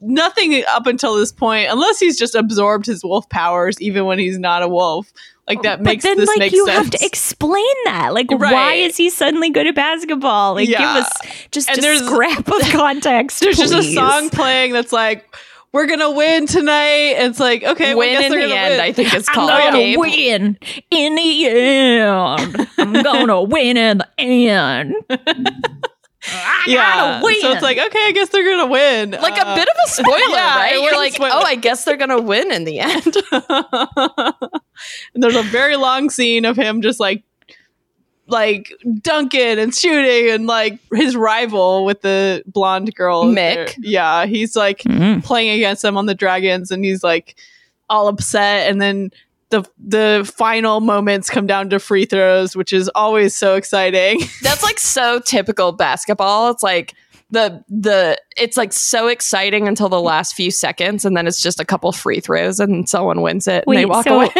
nothing up until this point, unless he's just absorbed his wolf powers, even when he's not a wolf. Like that makes
but then,
this
like,
make
you
sense.
have to explain that. Like, why
Right.
is he suddenly good at basketball? Like,
Yeah.
give us just
And
a
there's-
scrap
*laughs*
of context.
there's just a
please.
song playing that's like. We're gonna win tonight. It's like okay, well, I
Win
guess
in
they're
the
gonna
end,
win.
I think
*laughs*
it's
I'm
called.
gonna
Gabe.
win in the end. I'm
*laughs*
gonna win in the end. I gotta win.
So it's like, okay, I guess they're gonna win.
Like a
Uh,
*laughs* bit of a spoiler,
yeah,
right?
it
You're
was
like,
spoiler.
oh, I guess they're going to win in the end.
and there's a very long scene of him just like like dunking and shooting and like his rival with the blonde girl
Mick.
Yeah, he's like
Mm.
playing against them on the dragons and he's like all upset and then the the final moments come down to free throws, which is always so exciting.
*laughs*
*laughs*
That's like so typical basketball. It's like the the it's like so exciting until the last few seconds and then it's just a couple free throws and someone wins it and they
Wait,
walk
so-
away.
*laughs*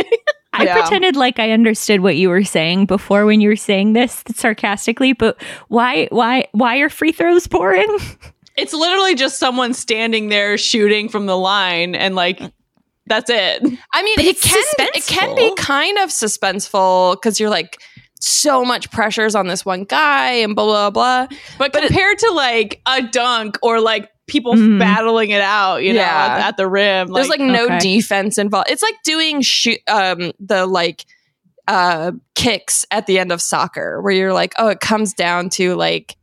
*laughs*
I
Yeah.
pretended like I understood what you were saying before when you were saying this sarcastically, but why why why are free throws boring?
It's literally just someone standing there shooting from the line, and like that's it.
I mean,
But
it
it's
can it can be
suspenseful.
kind of suspenseful because you're like so much pressure's on this one guy and blah blah blah.
But,
But it-
compared to like a dunk or like people
Mhm.
battling it out, you know,
Yeah.
at, at the rim,
There's like no
Okay.
defense involved. It's like doing shoot um the like uh kicks at the end of soccer where you're like, oh, it comes down to like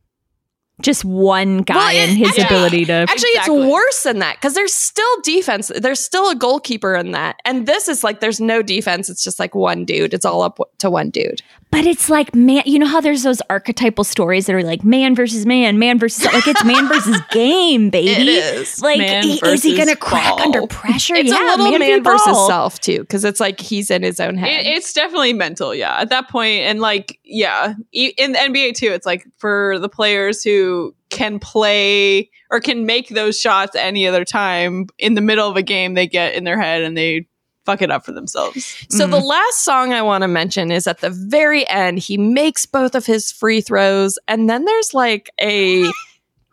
Just one guy
Well, it-
and his
actually-
ability to.
actually
Exactly.
it's worse than that because there's still defense. There's still a goalkeeper in that. And this is like there's no defense. It's just like one dude. It's all up to one dude.
But it's like man, you know how there's those archetypal stories that are like man versus man, man versus like it's
*laughs*
man versus game, baby.
is.
Like,
Man
i- is he
versus
gonna crack
ball.
under pressure?
It's
yeah,
a little man,
v
versus
ball.
self too, because it's like he's in his own head.
It, it's definitely mental, yeah. At that point, and like, yeah, E- in the NBA too, it's like for the players who can play or can make those shots any other time in the middle of a game, they get in their head and they fuck it up for themselves.
so the last song I want to mention is at the very end. He makes both of his free throws, and then there's like a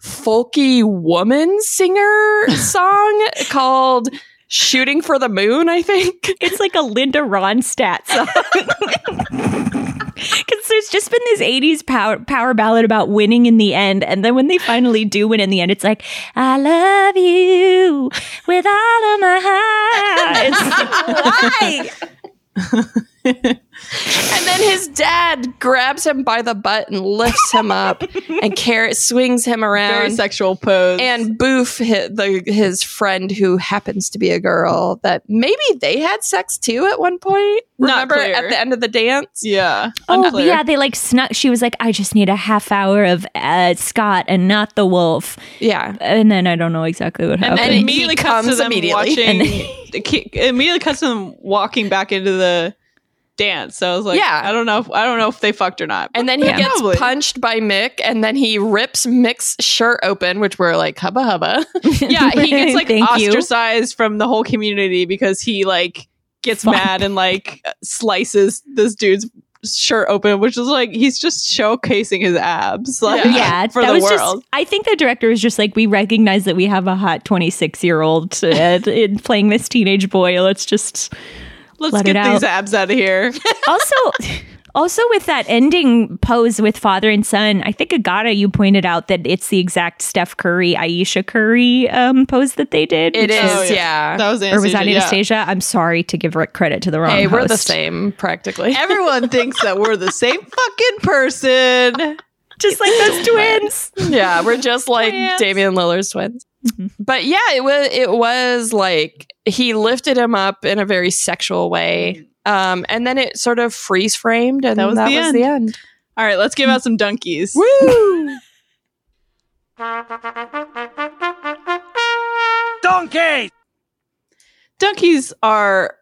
folky woman
*laughs*
singer song called "Shooting for the Moon." I think.
It's like a Linda Ronstadt song. *laughs* Because there's just been this 80s power, power ballad about winning in the end. And then when they finally do win in the end, it's like, I love you with all of my heart.
*laughs*
It's like, why?
And then his dad grabs him by the butt and lifts him up
*laughs*
and carries, swings him
Very
around.
sexual pose.
and Boof, his, the, his friend who happens to be a girl, that maybe they had sex too at one point.
Not
Remember
clear.
at the end of the dance?
yeah,
*laughs* Oh,
unclear.
yeah. They like snuck. She was like, I just need a half hour of uh, Scott and not the wolf.
Yeah.
And then I don't know exactly what
And
happened.
then
Okay.
immediately
He
cuts to
comes
them
immediately.
watching. ki- immediately cuts to them walking back into the dance. So I was like,
Yeah.
I don't know, if, I don't know if they fucked or not.
And then he
Yeah.
gets
Probably.
punched by Mick, and then he rips Mick's shirt open, which we're like, hubba hubba.
yeah, he gets
*laughs*
like
Thank you.
ostracized from the whole community because he like gets
Fuck.
mad and like slices this dude's shirt open, which is like he's just showcasing his abs,
*laughs*
like *laughs*
yeah,
for
that
the
was
world.
Just, I think the director was just like, we recognize that we have a hot 26 year old
*laughs*
uh, in playing this teenage boy. Let's just
Let's
let it
get these
out.
abs out of
*laughs*
here.
also. Also, with that ending pose with father and son, I think Agata, you pointed out that it's the exact Steph Curry, Aisha Curry um, pose that they did.
It *laughs*
which
is,
Oh, yeah.
yeah.
that was Anastasia.
or was that
yeah.
Anastasia? I'm sorry to give re- credit to the wrong.
Hey, we're the
host.
same
*laughs*
practically. *laughs*
Everyone thinks that we're the same fucking person.
just like
*laughs*
those twins.
yeah, we're just like
Twins.
Damian Lillard's twins.
Mhm.
But yeah, it was it was like he lifted him up in a very sexual way. Um, and then it sort of freeze framed and that was, the, end.
All right, let's give out some donkeys.
Woo!
Donkeys are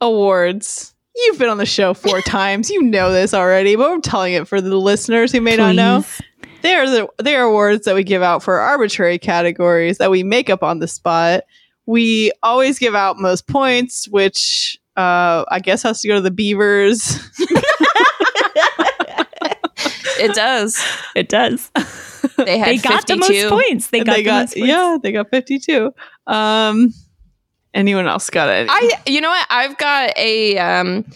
awards. You've been on the show four times. You know this already, but I'm telling it for the listeners who may not know. They are the they are awards that we give out for arbitrary categories that we make up on the spot. We always give out most points, which uh, I guess has to go to the Beavers. *laughs*
It does.
It does.
They had
They got the most
52.
points. They got, the most points.
yeah, they got fifty two. Um, anyone else got it?
I you know what? I've got a um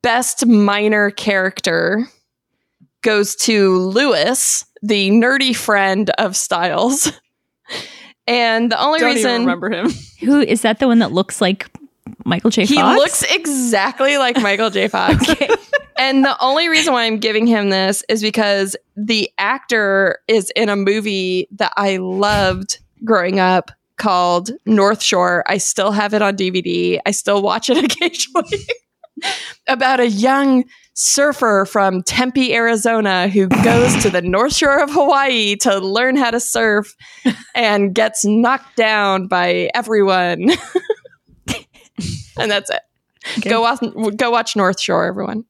best minor character goes to Lewis, the nerdy friend of Styles. *laughs* And the only
don't
reason
even remember him. *laughs*
Who is that? The one that looks like Michael J.
He
Fox? *laughs*
looks exactly like Michael J. Fox.
Okay.
and the only reason why I'm giving him this is because the actor is in a movie that I loved growing up called North Shore. I still have it on DVD. I still watch it *laughs* occasionally. About a young surfer from Tempe, Arizona, who goes to the North Shore of Hawaii to learn how to surf and gets knocked down by everyone. *laughs* and that's it. *laughs*
Okay.
Go watch, go watch North Shore, everyone.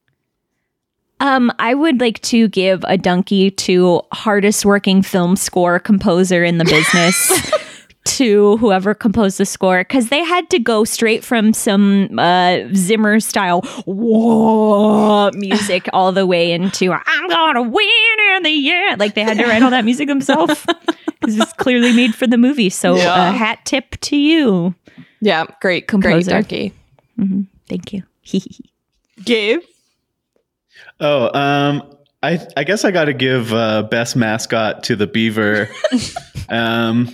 Um, I would like to give a donkey to hardest working film score composer in
*laughs*
the business. To whoever composed the score, because they had to go straight from some uh, Zimmer style whoa music all the way into "I'm gonna win in the end." Like they had to write all that music themselves. *laughs* this is clearly made for the movie. So
Yeah.
a hat tip to you.
Yeah, great
Composer.
Great ducky.
Mhm. Thank you. *laughs*
Gabe.
Oh, um, I I guess I got to give uh, best mascot to
*laughs*
the beaver. um,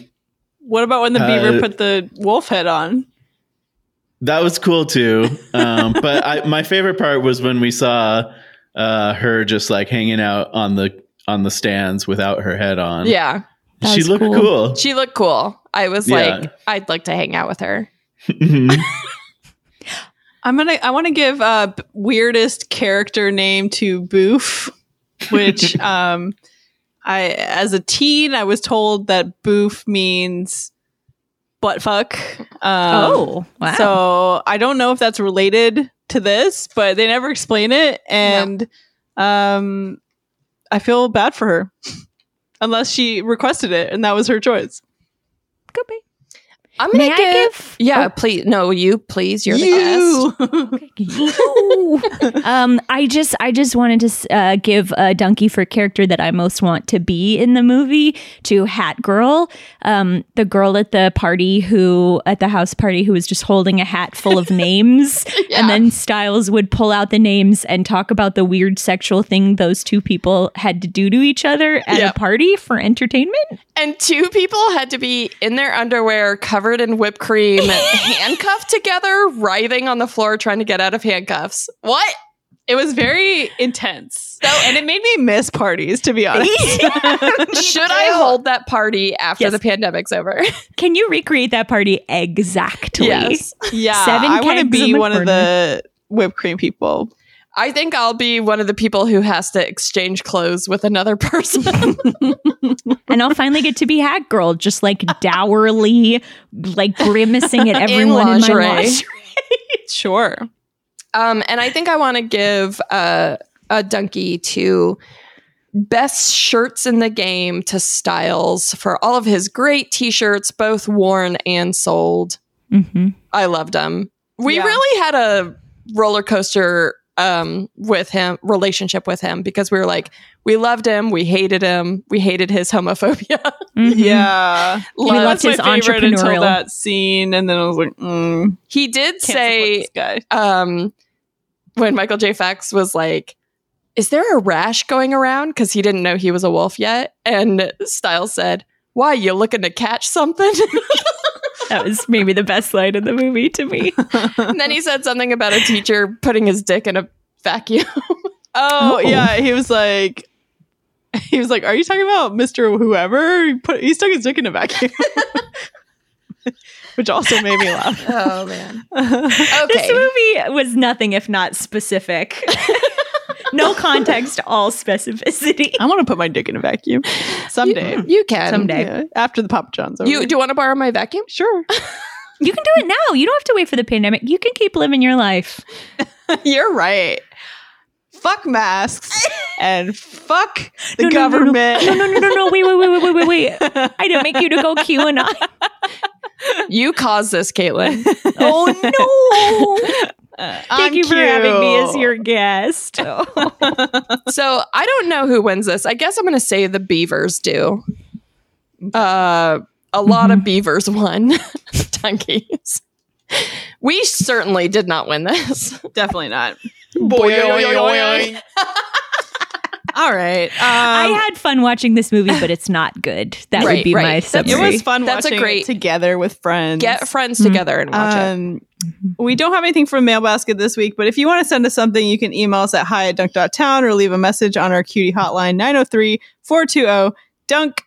What about when the beaver
Uh,
put the wolf head on?
that was cool too. Um, but I, my favorite part was when we saw uh, her just like hanging out on the on the stands without her head on.
Yeah.
That
she
was
looked
cool.
cool. *laughs*
She looked cool. I was
Yeah.
like, I'd like to hang out with her.
*laughs*
Mhm.
I'm gonna. I want to give uh, b- weirdest character name to Boof, which um, I as a teen I was told that Boof means butt fuck. Um,
oh, wow.
So I don't know if that's related to this, but they never explain it, and um, I feel bad for her, *laughs* unless she requested it and that was her choice.
Could be.
I'm
May
gonna
I
give,
give?
Yeah, please. No, you please. You're the
Oh, *laughs* um, I just, I just wanted to s- uh, give a donkey for character that I most want to be in the movie to Hat Girl, um, the girl at the party who at the house party who was just holding a hat full of names, and then Styles would pull out the names and talk about the weird sexual thing those two people had to do to each other at
Yep.
a party for entertainment.
And two people had to be in their underwear, covered in whipped
*laughs*
cream, handcuffed together, writhing on the floor, trying to get out of handcuffs.
*laughs*
What?
It *laughs* was very intense. So, and it made me miss parties, to be honest.
Should I hold that party after
Yes.
the pandemic's
*laughs*
over?
Can you recreate that party exactly?
Yes.
Yeah,
Seven
I want to
kegs
be
in the
one of the whipped cream people.
I think I'll be one of the people who has to exchange clothes with another person. *laughs*
and I'll finally get to be Hat Girl, just like dourly, like grimacing at everyone in,
lingerie. *laughs*
my lingerie.
Sure.
um, and I think I want to give uh, a donkey to best shirts in the game to Styles for all of his great t-shirts, both worn and sold.
Mm-hmm.
I loved them. We
Yeah.
really had a roller coaster um with him relationship with him because we were like we loved him we hated him we hated his homophobia *laughs*
mm-hmm.
Yeah.
We loved
That's Mm-hmm. my
his
favorite until
entrepreneurial-
that scene, and then I was like, mm,
he did
can't say
say
this guy.
um, when Michael J. Fox was like, "Is there a rash going around?" Because he didn't know he was a wolf yet, and Styles said, "Why you looking to catch something?" *laughs*
That was maybe the best line in the movie to me.
and then he said something about a teacher putting his dick in a vacuum.
Oh,
Oh.
yeah, he was like. *laughs* He was like, "Are you talking about Mister Whoever? He, put, he stuck his dick in a vacuum," *laughs* which also made me *laughs* laugh.
Oh man.
This
Okay.
movie was nothing if not specific. *laughs* no context, all specificity.
I want to put my dick in a vacuum someday.
*laughs* You can
Someday.
Yeah, after the Papa John's over.
You do you want to borrow my vacuum?
sure?
You can do it now. You don't have to wait for the pandemic. You can keep living your life.
*laughs* You're right. Fuck *laughs* masks and fuck the
No, no, no, no.
government.
No, no, no, no, no. Wait, wait, wait, wait, wait, wait, wait. I didn't make you to go Q and I.
You caused this, Caitlin. *laughs*
Oh no. *laughs* Thank
I'm
you for having me as
cute.
your guest.
so I don't know who wins this. I guess I'm going to say the Beavers do. Uh, a lot
Mm-hmm.
of Beavers won. *laughs* Donkeys. We certainly did not win this.
Definitely not. Um, All right. Um,
I had fun watching this movie, but it's not good. That
Right,
would be
right.
my
That's- it
summary.
it was fun
That's a
watching
great-
it together with friends.
Get friends together and watch it.
um, we don't have anything from Mailbasket this week, but if you want to send us something, you can email us at hi at dunk.town or leave a message on our cutie hotline 903 420 oh, dunk.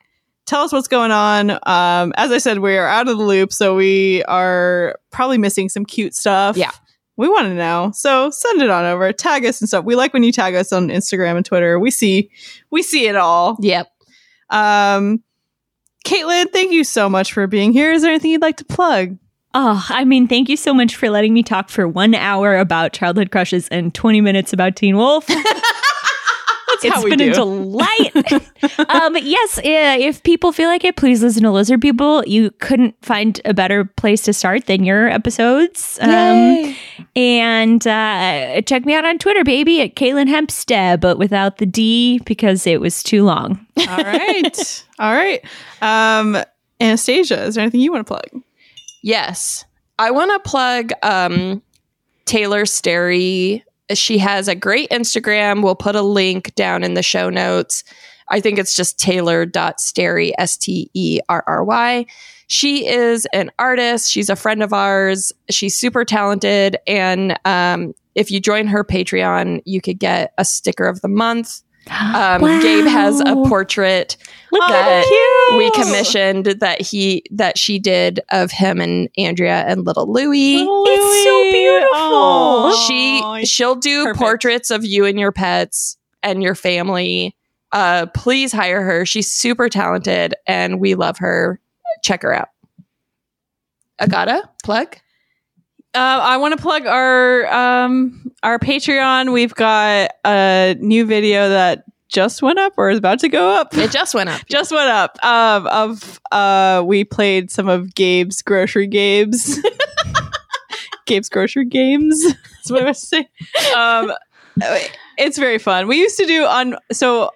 Tell us what's going on. Um, as I said, we are out of the loop, so we are probably missing some cute stuff.
Yeah.
We want to know. So send it on over. Tag us and stuff. We like when you tag us on Instagram and Twitter. We see we see it all.
Yep.
Um Caitlin, thank you so much for being here. Is there anything you'd like to plug?
Oh, I mean, thank you so much for letting me talk for one hour about childhood crushes and 20 minutes about Teen
*laughs*
Wolf.
That's
It's
how we
been
do.
a delight.
*laughs*
um, yes, eh, if people feel like it, please listen to Lizard People. You couldn't find a better place to start than your episodes. Um, and uh, check me out on Twitter, baby, at Caitlin Hempstead, but without the D because it was too long.
All right. All right. Um, Anastasia, is there anything you want to plug?
Yes. I want to plug um, Taylor Sterry. She has a great Instagram. We'll put a link down in the show notes. I think it's just taylor.sterry, S T E R R Y. She is an artist. She's a friend of ours. She's super talented. And um, if you join her Patreon, you could get a sticker of the month. Um, Gabe has a
Wow.
portrait
Look at
that
cute.
we commissioned that he that she did of him and Andrea and little Louie.
It's so beautiful. Aw.
she she'll do
perfect.
portraits of you and your pets and your family. Uh, please hire her. She's super talented and we love her. Check her out. Agata plug.
Uh, I want to plug our um, our Patreon. We've got a new video that just went up or is about to go up.
It just went up.
*laughs* just went up. Um, of uh, we played some of Gabe's grocery games. *laughs* Gabe's grocery games. *laughs* That's what I was saying. Um, it's very fun. We used to do on so.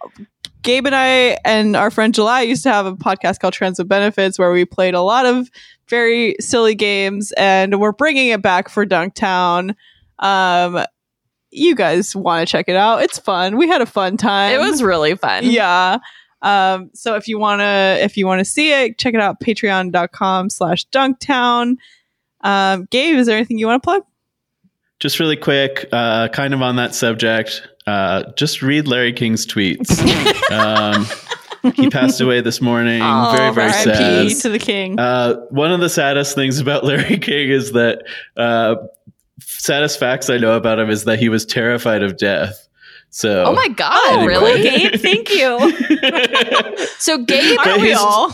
Gabe and I and our friend July used to have a podcast called Trends with Benefits where we played a lot of very silly games, and we're bringing it back for Dunktown. Um, you guys want to check it out? It's fun. We had a fun time.
It was really *laughs* fun.
Yeah. Um, so if you wanna if you wanna see it, check it out patreon.com slash dunktown. Um, Gabe, is there anything you wanna plug?
Just really quick, uh, kind of on that subject, uh, just read Larry King's
*laughs*
tweets. um, he passed away this morning.
Aw,
very, very
R.I.P.
sad.
to the king.
Uh, one of the saddest things about *laughs* Larry King is that uh, saddest facts I know about him is that he was terrified of death. So,
Oh my god, really?
Anyway.
Gabe, thank
*laughs*
you.
*laughs*
So Gabe
Aren't we
all?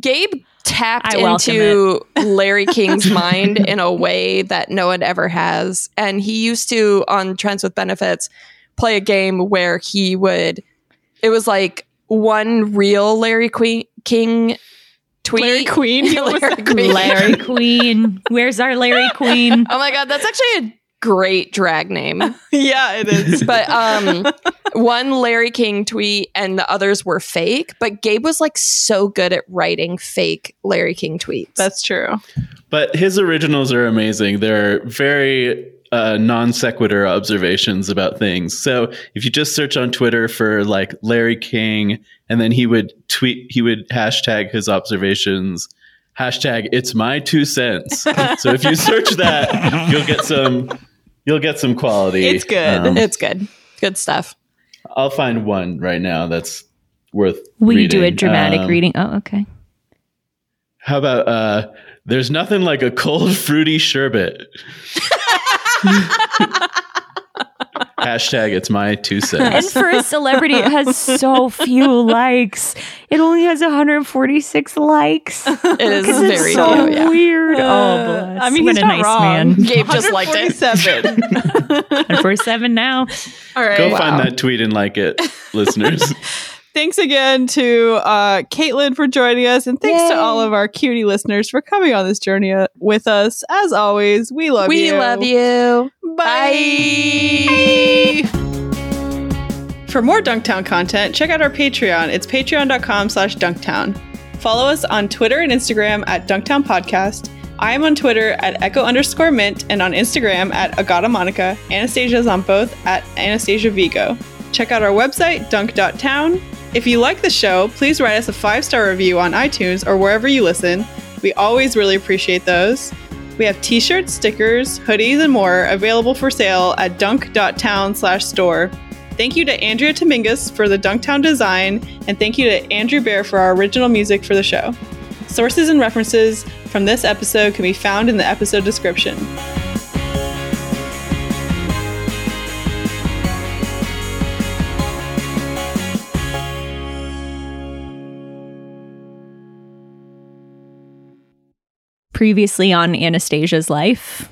Gabe tapped
I welcome
into Larry King's mind in a way that no one ever has. And he used to, on Trends with Benefits, play a game where he would, it was like one real Larry que- King tweet.
Larry Queen. You
*laughs*
almost
Larry
said-
Queen.
Larry Queen. Where's our Larry Queen?
Oh my God, that's actually a great drag name.
yeah, it is.
But um, one Larry King tweet and the others were fake. But Gabe was like so good at writing fake Larry King tweets.
*laughs* That's true.
But his originals are amazing. They're very uh, non sequitur observations about things. So if you just search on Twitter for like Larry King, and then he would tweet, he would hashtag his observations. Hashtag it's my two cents. so if you search that, you'll get some, you'll get some quality.
It's good.
Um,
it's good. Good stuff.
I'll find one right now that's worth.
Will you
reading.
do a dramatic
Um,
reading? Oh, okay.
How about uh, there's nothing like a cold fruity sherbet. Hashtag it's my two
And
cents.
for a celebrity, it
*laughs*
has so few likes. It only has 146 likes.
It is
Because it's
very
so
few, yeah.
weird. oh,
Uh,
bless.
I mean,
what
he's
a
not
nice
wrong.
*laughs*
*laughs* man.
Gabe just liked it.
147.
And for seven now.
all right.
Go
Wow.
find that tweet and like it, listeners.
Thanks again to uh, Caitlin for joining us, and thanks to
Yay.
all of our cutie listeners for coming on this journey uh, with us. As always, we love
we
you.
love you.
Bye. For more Dunktown content, check out our Patreon. It's patreon.com slash dunktown. Follow us on Twitter and Instagram at Dunktown Podcast. I am on Twitter at echo underscore mint and on Instagram at Agata Monica. Anastasia is on both at Anastasia Vigo. Check out our website, dunk.town. If you like the show, please write us a five star review on iTunes or wherever you listen. We always really appreciate those. We have t-shirts, stickers, hoodies, and more available for sale at dunk.town slash store. Thank you to Andrea Tomingus for the Dunktown design, and thank you to Andrew Bear for our original music for the show. Sources and references from this episode can be found in the episode description.
Previously on Anastasia's life.